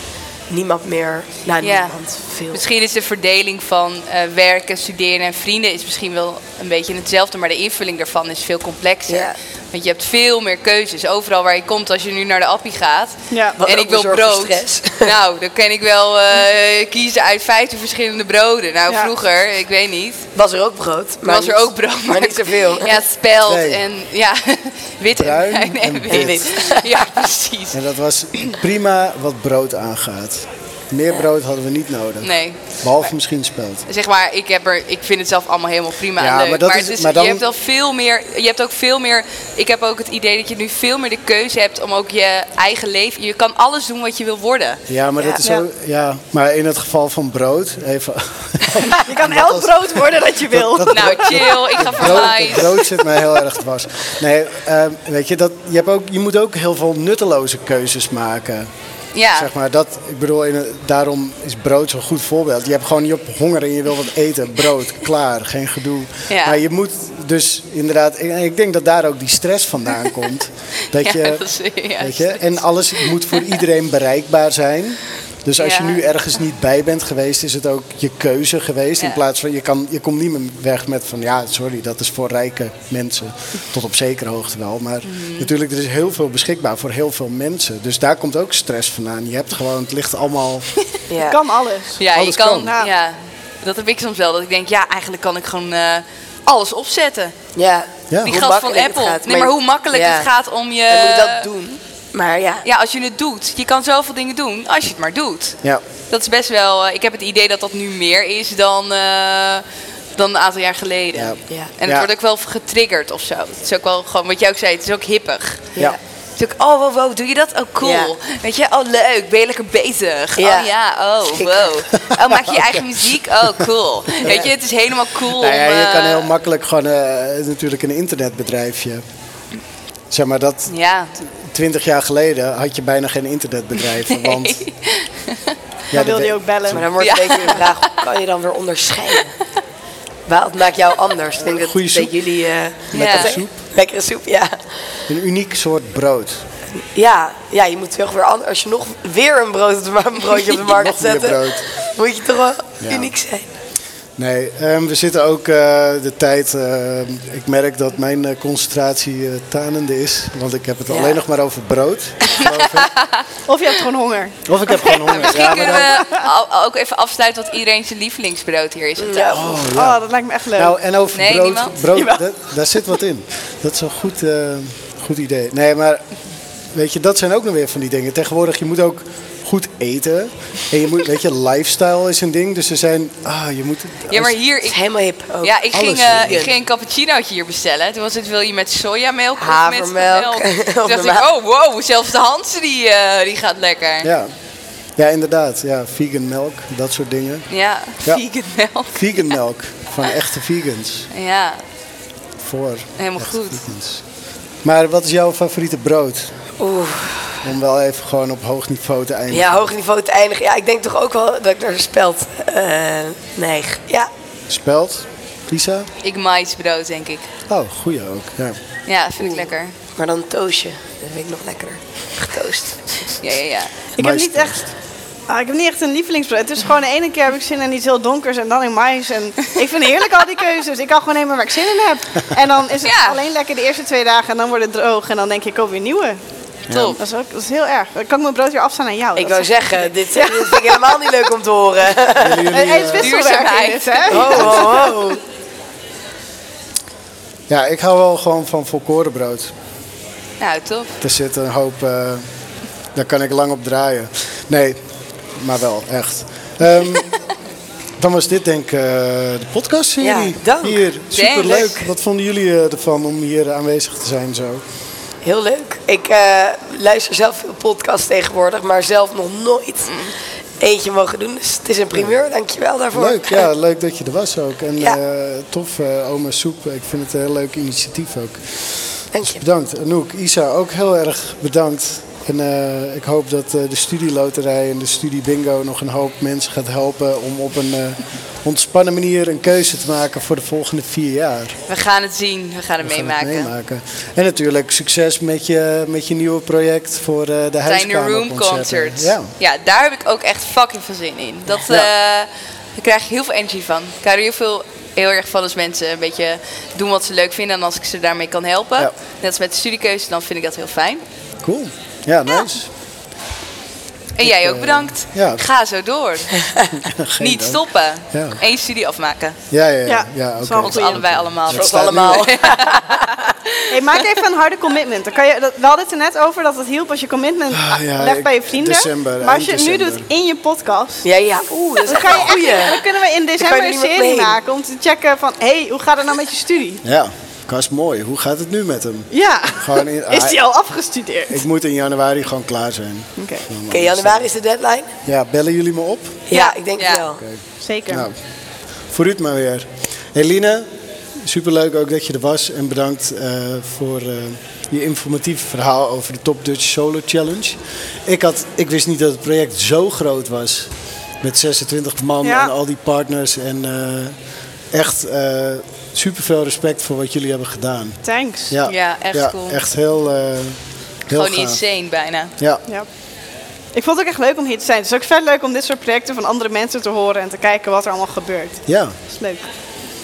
[SPEAKER 4] niemand meer, nou
[SPEAKER 3] Ja.
[SPEAKER 4] niemand, veel.
[SPEAKER 3] Misschien is de verdeling van eh, werken, studeren en vrienden is misschien wel een beetje hetzelfde, maar de invulling daarvan is veel complexer.
[SPEAKER 4] Ja.
[SPEAKER 3] Want je hebt veel meer keuzes. Overal waar je komt, als je nu naar de appie gaat
[SPEAKER 2] Ja.
[SPEAKER 4] Wat
[SPEAKER 3] en
[SPEAKER 4] ook
[SPEAKER 3] ik wil
[SPEAKER 4] weer zorgt voor
[SPEAKER 3] brood.
[SPEAKER 4] stress.
[SPEAKER 3] Nou, dan kan ik wel eh, kiezen uit 15 verschillende broden. Nou,
[SPEAKER 2] Ja.
[SPEAKER 3] vroeger, ik weet niet.
[SPEAKER 4] Was er ook brood? maar
[SPEAKER 3] was er
[SPEAKER 4] niet-
[SPEAKER 3] ook brood,
[SPEAKER 4] Maar niet zoveel.
[SPEAKER 3] Ja, speld
[SPEAKER 1] Nee.
[SPEAKER 3] en ja, wit en
[SPEAKER 1] Bruin
[SPEAKER 3] bruin en,
[SPEAKER 1] en
[SPEAKER 3] wit.
[SPEAKER 4] wit.
[SPEAKER 3] Ja, precies.
[SPEAKER 1] En dat was prima wat brood aangaat. Meer brood hadden we niet nodig.
[SPEAKER 3] Nee.
[SPEAKER 1] Behalve misschien spelt.
[SPEAKER 3] Zeg maar, ik, heb er, ik vind het zelf allemaal helemaal
[SPEAKER 1] Ja,
[SPEAKER 3] prima en leuk.
[SPEAKER 1] maar
[SPEAKER 3] Maar,
[SPEAKER 1] dat is-
[SPEAKER 3] het is,
[SPEAKER 1] maar dan-
[SPEAKER 3] je hebt wel veel meer. Je hebt ook veel meer. Ik heb ook het idee dat je nu veel meer de keuze hebt om ook je eigen leven. Je kan alles doen wat je wil worden.
[SPEAKER 1] Ja, maar dat is
[SPEAKER 2] Ja.
[SPEAKER 1] zo. Ja, maar in het geval van brood, even.
[SPEAKER 2] Je kan elk brood worden dat je wil.
[SPEAKER 1] dat-
[SPEAKER 3] Nou, chill, ik ga voor
[SPEAKER 1] Brood, dat
[SPEAKER 3] mij.
[SPEAKER 1] brood zit mij heel erg dwars. Nee, ehm, weet je, dat, je, hebt ook, je moet ook heel veel nutteloze keuzes maken.
[SPEAKER 3] Ja.
[SPEAKER 1] Zeg maar, dat, ik bedoel, in, een- daarom is brood zo'n goed voorbeeld. Je hebt gewoon je hebt honger en je wil wat eten. Brood, klaar, geen gedoe.
[SPEAKER 3] Ja.
[SPEAKER 1] Maar je moet dus inderdaad... Ik, ik denk dat daar ook die stress vandaan komt. Dat
[SPEAKER 3] Ja,
[SPEAKER 1] je,
[SPEAKER 3] dat is- ja,
[SPEAKER 1] weet je, en alles moet voor iedereen bereikbaar zijn. Dus als je
[SPEAKER 3] Ja.
[SPEAKER 1] nu ergens niet bij bent geweest, is het ook je keuze geweest. In
[SPEAKER 3] Ja.
[SPEAKER 1] plaats van, je, kan, je komt niet meer weg met van, ja, sorry, dat is voor rijke mensen. Tot op zekere hoogte wel. Maar
[SPEAKER 3] Mhm.
[SPEAKER 1] natuurlijk, er is heel veel beschikbaar voor heel veel mensen. Dus daar komt ook stress vandaan. Je hebt gewoon, het ligt allemaal...
[SPEAKER 4] Ja.
[SPEAKER 2] Kan alles.
[SPEAKER 3] Ja, je
[SPEAKER 1] Alles
[SPEAKER 3] kan.
[SPEAKER 2] kan.
[SPEAKER 3] Ja, dat heb ik soms wel. Dat ik denk, ja, eigenlijk kan ik gewoon eh, alles opzetten.
[SPEAKER 4] Ja.
[SPEAKER 1] Ja.
[SPEAKER 3] Die
[SPEAKER 1] Hoe
[SPEAKER 3] gast van Apple. nee, maar hoe makkelijk het gaat om je.
[SPEAKER 4] eh, En moet je dat doen? Maar ja,
[SPEAKER 3] Ja, als je het doet. Je kan zoveel dingen doen als je het maar doet.
[SPEAKER 1] Ja.
[SPEAKER 3] Dat is best wel... eh, ik heb het idee dat dat nu meer is dan, eh, dan een aantal jaar geleden.
[SPEAKER 1] Ja.
[SPEAKER 4] Ja.
[SPEAKER 3] En het
[SPEAKER 1] Ja.
[SPEAKER 3] wordt ook wel getriggerd of zo. Het is ook wel gewoon... Wat jij ook zei, het is ook hippig.
[SPEAKER 1] Ja.
[SPEAKER 3] Het is ook, oh wow, wow, doe je dat? Oh cool. Weet je, oh leuk, ben je lekker bezig?
[SPEAKER 4] Ja.
[SPEAKER 3] Oh ja, oh wow. Oh, maak je je eigen muziek? Oh cool. Weet je, het is helemaal cool
[SPEAKER 1] Nou ja,
[SPEAKER 3] om...
[SPEAKER 1] je kan
[SPEAKER 3] eh,
[SPEAKER 1] heel makkelijk gewoon eh, natuurlijk een internetbedrijfje. Zeg maar dat
[SPEAKER 3] Ja,
[SPEAKER 1] twintig jaar geleden had je bijna geen internetbedrijven. Want ja,
[SPEAKER 2] Dan
[SPEAKER 1] dat
[SPEAKER 2] wilde je
[SPEAKER 1] we-
[SPEAKER 2] ook bellen.
[SPEAKER 4] maar dan wordt
[SPEAKER 3] Ja.
[SPEAKER 4] een beetje de vraag, hoe kan je dan weer onderscheiden? Wat maakt jou anders? Ik denk dat,
[SPEAKER 1] Goeie
[SPEAKER 4] dat
[SPEAKER 1] soep.
[SPEAKER 4] jullie... eh,
[SPEAKER 3] Lekkere
[SPEAKER 1] soep.
[SPEAKER 4] Lekkere soep, ja.
[SPEAKER 1] een uniek soort brood.
[SPEAKER 4] Ja, ja, je moet toch weer anders. Als je nog weer een, brood op de, ma- een broodje op de markt
[SPEAKER 1] Nog meer
[SPEAKER 4] zet,
[SPEAKER 1] brood.
[SPEAKER 4] moet je toch wel
[SPEAKER 1] Ja.
[SPEAKER 4] uniek zijn.
[SPEAKER 1] Nee, ehm, we zitten ook eh, de tijd. ehm, ik merk dat mijn eh, concentratie eh, tanende is. Want ik heb het
[SPEAKER 4] Ja.
[SPEAKER 1] alleen nog maar over brood. geloof ik.
[SPEAKER 2] Of je hebt gewoon honger.
[SPEAKER 1] of ik heb gewoon honger.
[SPEAKER 3] misschien
[SPEAKER 1] Ja, maar
[SPEAKER 3] kunnen
[SPEAKER 1] dan-
[SPEAKER 3] we al- ook even afsluiten wat iedereen zijn lievelingsbrood hier is.
[SPEAKER 1] Mm.
[SPEAKER 3] Het
[SPEAKER 4] Ja.
[SPEAKER 2] Oh, dat lijkt me echt leuk.
[SPEAKER 1] Nou, en over
[SPEAKER 3] Nee,
[SPEAKER 1] brood,
[SPEAKER 3] niemand?
[SPEAKER 1] brood
[SPEAKER 2] Jawel.
[SPEAKER 1] da- daar zit wat in. Dat is een goed, eh, goed idee. Nee, maar weet je, dat zijn ook nog weer van die dingen. Tegenwoordig, je moet ook goed eten. En je moet, weet je, lifestyle is een ding. Dus er zijn, ah, je moet...
[SPEAKER 3] Ja, maar
[SPEAKER 1] als-
[SPEAKER 3] hier...
[SPEAKER 4] Het is
[SPEAKER 3] Ik,
[SPEAKER 4] helemaal hip ook.
[SPEAKER 3] ja, ik ging,
[SPEAKER 1] alles
[SPEAKER 3] eh,
[SPEAKER 4] doen.
[SPEAKER 3] ik ging een cappuccinootje hier bestellen. Toen was het, wil je met sojamelk of met melk?
[SPEAKER 4] Havermelk.
[SPEAKER 3] Toen
[SPEAKER 4] Of
[SPEAKER 3] dacht ik,
[SPEAKER 4] normaal.
[SPEAKER 3] oh wow, zelfs de Hansen die, eh, die gaat lekker.
[SPEAKER 1] Ja. ja, inderdaad. Ja, vegan melk, dat soort dingen.
[SPEAKER 3] Ja,
[SPEAKER 1] Ja.
[SPEAKER 3] vegan melk.
[SPEAKER 1] Vegan melk van echte vegans.
[SPEAKER 3] Ja,
[SPEAKER 1] Voor
[SPEAKER 3] Helemaal
[SPEAKER 1] echte
[SPEAKER 3] goed.
[SPEAKER 1] vegans. Maar wat is jouw favoriete brood?
[SPEAKER 4] Oeh.
[SPEAKER 1] Om wel even gewoon op hoog niveau te eindigen.
[SPEAKER 4] Ja, hoog niveau te eindigen. Ja, ik denk toch ook wel dat ik naar speld eh neig. Ja,
[SPEAKER 1] Speld? Lisa?
[SPEAKER 3] ik maïsbrood denk ik.
[SPEAKER 1] Oh, goeie ook. Ja.
[SPEAKER 3] Ja, vind ik lekker.
[SPEAKER 4] maar dan een toastje. Dat vind ik nog lekkerder. Getoast.
[SPEAKER 3] Ja, ja, ja.
[SPEAKER 2] Ik heb niet echt. ah, ik heb niet echt een lievelingsbrood. Het is gewoon de ene keer heb ik zin in iets heel donkers en dan in mais. En ik vind het heerlijk al die keuzes. Ik kan gewoon nemen waar ik zin in heb. En dan is het
[SPEAKER 3] Ja.
[SPEAKER 2] alleen lekker de eerste twee dagen en dan wordt het droog. En dan denk ik, ik koop weer nieuwe.
[SPEAKER 3] Top.
[SPEAKER 2] Dat is, ook, dat is heel erg. Dan kan ik mijn brood weer afstaan aan jou.
[SPEAKER 4] Ik
[SPEAKER 2] Dat
[SPEAKER 4] wou
[SPEAKER 2] is-
[SPEAKER 4] zeggen, dit, dit vind ik helemaal niet leuk om te horen.
[SPEAKER 1] Willen jullie,
[SPEAKER 2] Eh,
[SPEAKER 1] eh,
[SPEAKER 2] het is wisselwerking
[SPEAKER 3] Duurzaamheid.
[SPEAKER 2] dit, hè?
[SPEAKER 4] Oh, oh, oh.
[SPEAKER 1] Ja, ik hou wel gewoon van volkorenbrood.
[SPEAKER 3] Nou, top.
[SPEAKER 1] Er zit een hoop, eh, daar kan ik lang op draaien. Nee, maar wel, echt. Ehm, dan was dit denk ik eh, de podcastserie.
[SPEAKER 4] Ja, dank.
[SPEAKER 1] Hier, superleuk.
[SPEAKER 3] Dank.
[SPEAKER 1] Wat vonden jullie eh, ervan om hier aanwezig te zijn zo?
[SPEAKER 4] Heel leuk. Ik eh, luister zelf veel podcasts tegenwoordig, maar zelf nog nooit eentje mogen doen. Dus het is een primeur. Dankjewel daarvoor.
[SPEAKER 1] Leuk, ja, leuk dat je er was ook. En
[SPEAKER 4] Ja.
[SPEAKER 1] eh, tof, eh, Oma Soep. Ik vind het een heel leuk initiatief ook.
[SPEAKER 4] Dank je.
[SPEAKER 1] Bedankt. Anouk, Isa, ook heel erg bedankt. En eh, ik hoop dat eh, de studieloterij en de studiebingo nog een hoop mensen gaat helpen om op een eh, ontspannen manier een keuze te maken voor de volgende vier jaar.
[SPEAKER 3] We gaan het zien. We gaan het
[SPEAKER 1] We gaan het
[SPEAKER 3] meemaken.
[SPEAKER 1] meemaken. En natuurlijk succes met je, met je nieuwe project voor eh de
[SPEAKER 3] Tiny
[SPEAKER 1] huiskamer.
[SPEAKER 3] Room Concert.
[SPEAKER 1] Ja.
[SPEAKER 3] Ja. daar heb ik ook echt fucking veel zin in. Dat, eh daar krijg ik heel veel energie van. Ik hou er heel, veel, heel erg van als mensen een beetje doen wat ze leuk vinden. En als ik ze daarmee kan helpen.
[SPEAKER 1] Ja.
[SPEAKER 3] Net als met de studiekeuze, dan vind ik dat heel fijn.
[SPEAKER 1] Cool. Ja, nice.
[SPEAKER 3] En jij ook bedankt.
[SPEAKER 1] eh, ja.
[SPEAKER 3] Ga zo door.
[SPEAKER 1] Geen
[SPEAKER 3] Niet
[SPEAKER 1] dank.
[SPEAKER 3] stoppen.
[SPEAKER 1] Ja.
[SPEAKER 3] Eén studie afmaken.
[SPEAKER 1] Ja, ja, ja.
[SPEAKER 2] Ja,
[SPEAKER 1] ja
[SPEAKER 2] dat is
[SPEAKER 1] oké.
[SPEAKER 2] wel een
[SPEAKER 3] Ons
[SPEAKER 2] Goeie.
[SPEAKER 3] allebei allemaal.
[SPEAKER 1] Dat
[SPEAKER 4] Voor ons
[SPEAKER 1] staat nu-
[SPEAKER 4] allemaal.
[SPEAKER 2] Hey, maak even een harde commitment. Dan kan je, dat, we hadden het er net over dat het hielp als je commitment
[SPEAKER 1] Ah, ja,
[SPEAKER 2] legt
[SPEAKER 1] ik-
[SPEAKER 2] bij je vrienden.
[SPEAKER 1] december,
[SPEAKER 2] maar als
[SPEAKER 1] eind
[SPEAKER 2] je het nu doet
[SPEAKER 1] december.
[SPEAKER 2] in je podcast,
[SPEAKER 4] Ja, ja. Oeh, dat is
[SPEAKER 2] Dan,
[SPEAKER 4] echt
[SPEAKER 2] kan
[SPEAKER 4] een
[SPEAKER 2] je
[SPEAKER 4] goeie.
[SPEAKER 2] echt, dan kunnen we in december
[SPEAKER 4] er
[SPEAKER 2] een
[SPEAKER 4] niemand
[SPEAKER 2] serie
[SPEAKER 4] mee.
[SPEAKER 2] maken om te checken van... hé, hey, hoe gaat het nou met je studie?
[SPEAKER 1] Ja, dat is mooi. Hoe gaat het nu met hem?
[SPEAKER 2] Ja,
[SPEAKER 1] Gewoon in-
[SPEAKER 2] is die al afgestudeerd?
[SPEAKER 1] Ik moet in januari gewoon klaar zijn. eh,
[SPEAKER 2] Oké,
[SPEAKER 4] Oké, januari is de deadline.
[SPEAKER 1] Ja, bellen jullie me op?
[SPEAKER 4] Ja,
[SPEAKER 2] Ja.
[SPEAKER 4] ik denk
[SPEAKER 3] Ja.
[SPEAKER 4] wel.
[SPEAKER 2] zeker.
[SPEAKER 1] Nou, vooruit maar weer. Eline, superleuk ook dat je er was. En bedankt eh, voor eh, je informatieve verhaal over de Top Dutch Solo Challenge. Ik, had, ik wist niet dat het project zo groot was. Met 26 man
[SPEAKER 2] Ja.
[SPEAKER 1] en al die partners. En eh, echt eh super veel respect voor wat jullie hebben gedaan.
[SPEAKER 2] Thanks.
[SPEAKER 1] Ja,
[SPEAKER 3] Ja, echt cool.
[SPEAKER 1] Echt heel, eh heel
[SPEAKER 3] Gewoon
[SPEAKER 1] gaaf.
[SPEAKER 3] insane bijna.
[SPEAKER 1] Ja,
[SPEAKER 2] Ja. Ik vond het ook echt leuk om hier te zijn. Het is ook vet leuk om dit soort projecten van andere mensen te horen... en te kijken wat er allemaal gebeurt.
[SPEAKER 1] ja.
[SPEAKER 2] Dat is leuk.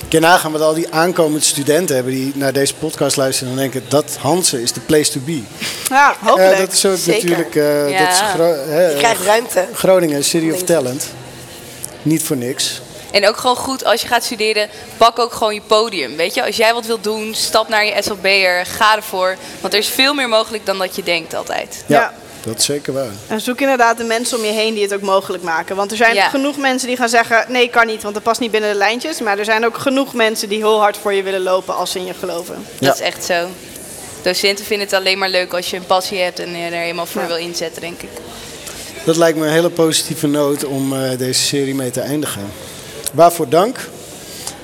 [SPEAKER 1] Ik kan nagaan wat al die aankomende studenten hebben die naar deze podcast luisteren en denken dat Hansen is de place to be.
[SPEAKER 2] Ja, hopelijk.
[SPEAKER 1] Ja, dat is ook
[SPEAKER 4] Zeker.
[SPEAKER 1] natuurlijk. eh,
[SPEAKER 3] Ja.
[SPEAKER 1] dat is Gro- hè,
[SPEAKER 4] Je krijgt ruimte.
[SPEAKER 1] Groningen, City of Talent. Niet voor niks.
[SPEAKER 3] En ook gewoon goed als je gaat studeren, pak ook gewoon je podium. Weet je, als jij wat wilt doen, stap naar je SLB'er, ga ervoor. Want er is veel meer mogelijk dan dat je denkt altijd.
[SPEAKER 2] Ja.
[SPEAKER 1] dat is zeker waar.
[SPEAKER 2] En zoek inderdaad de mensen om je heen die het ook mogelijk maken. Want er zijn
[SPEAKER 3] Ja.
[SPEAKER 2] genoeg mensen die gaan zeggen: nee, kan niet, want dat past niet binnen de lijntjes. Maar er zijn ook genoeg mensen die heel hard voor je willen lopen als ze in je geloven.
[SPEAKER 1] Ja.
[SPEAKER 3] Dat is echt zo. Docenten vinden het alleen maar leuk als je een passie hebt en je er helemaal voor wil inzetten, denk ik.
[SPEAKER 1] Dat lijkt me een hele positieve noot om eh, deze serie mee te eindigen. Waarvoor dank.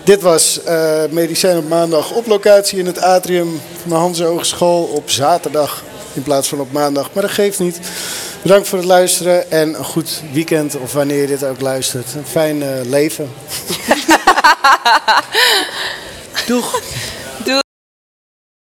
[SPEAKER 1] Dit was eh, Medicijn op maandag op locatie in het atrium van de Hanse Hogeschool op zaterdag in plaats van op maandag. Maar dat geeft niet. Bedankt voor het luisteren en een goed weekend of wanneer je dit ook luistert. Een fijn eh, leven. Doeg.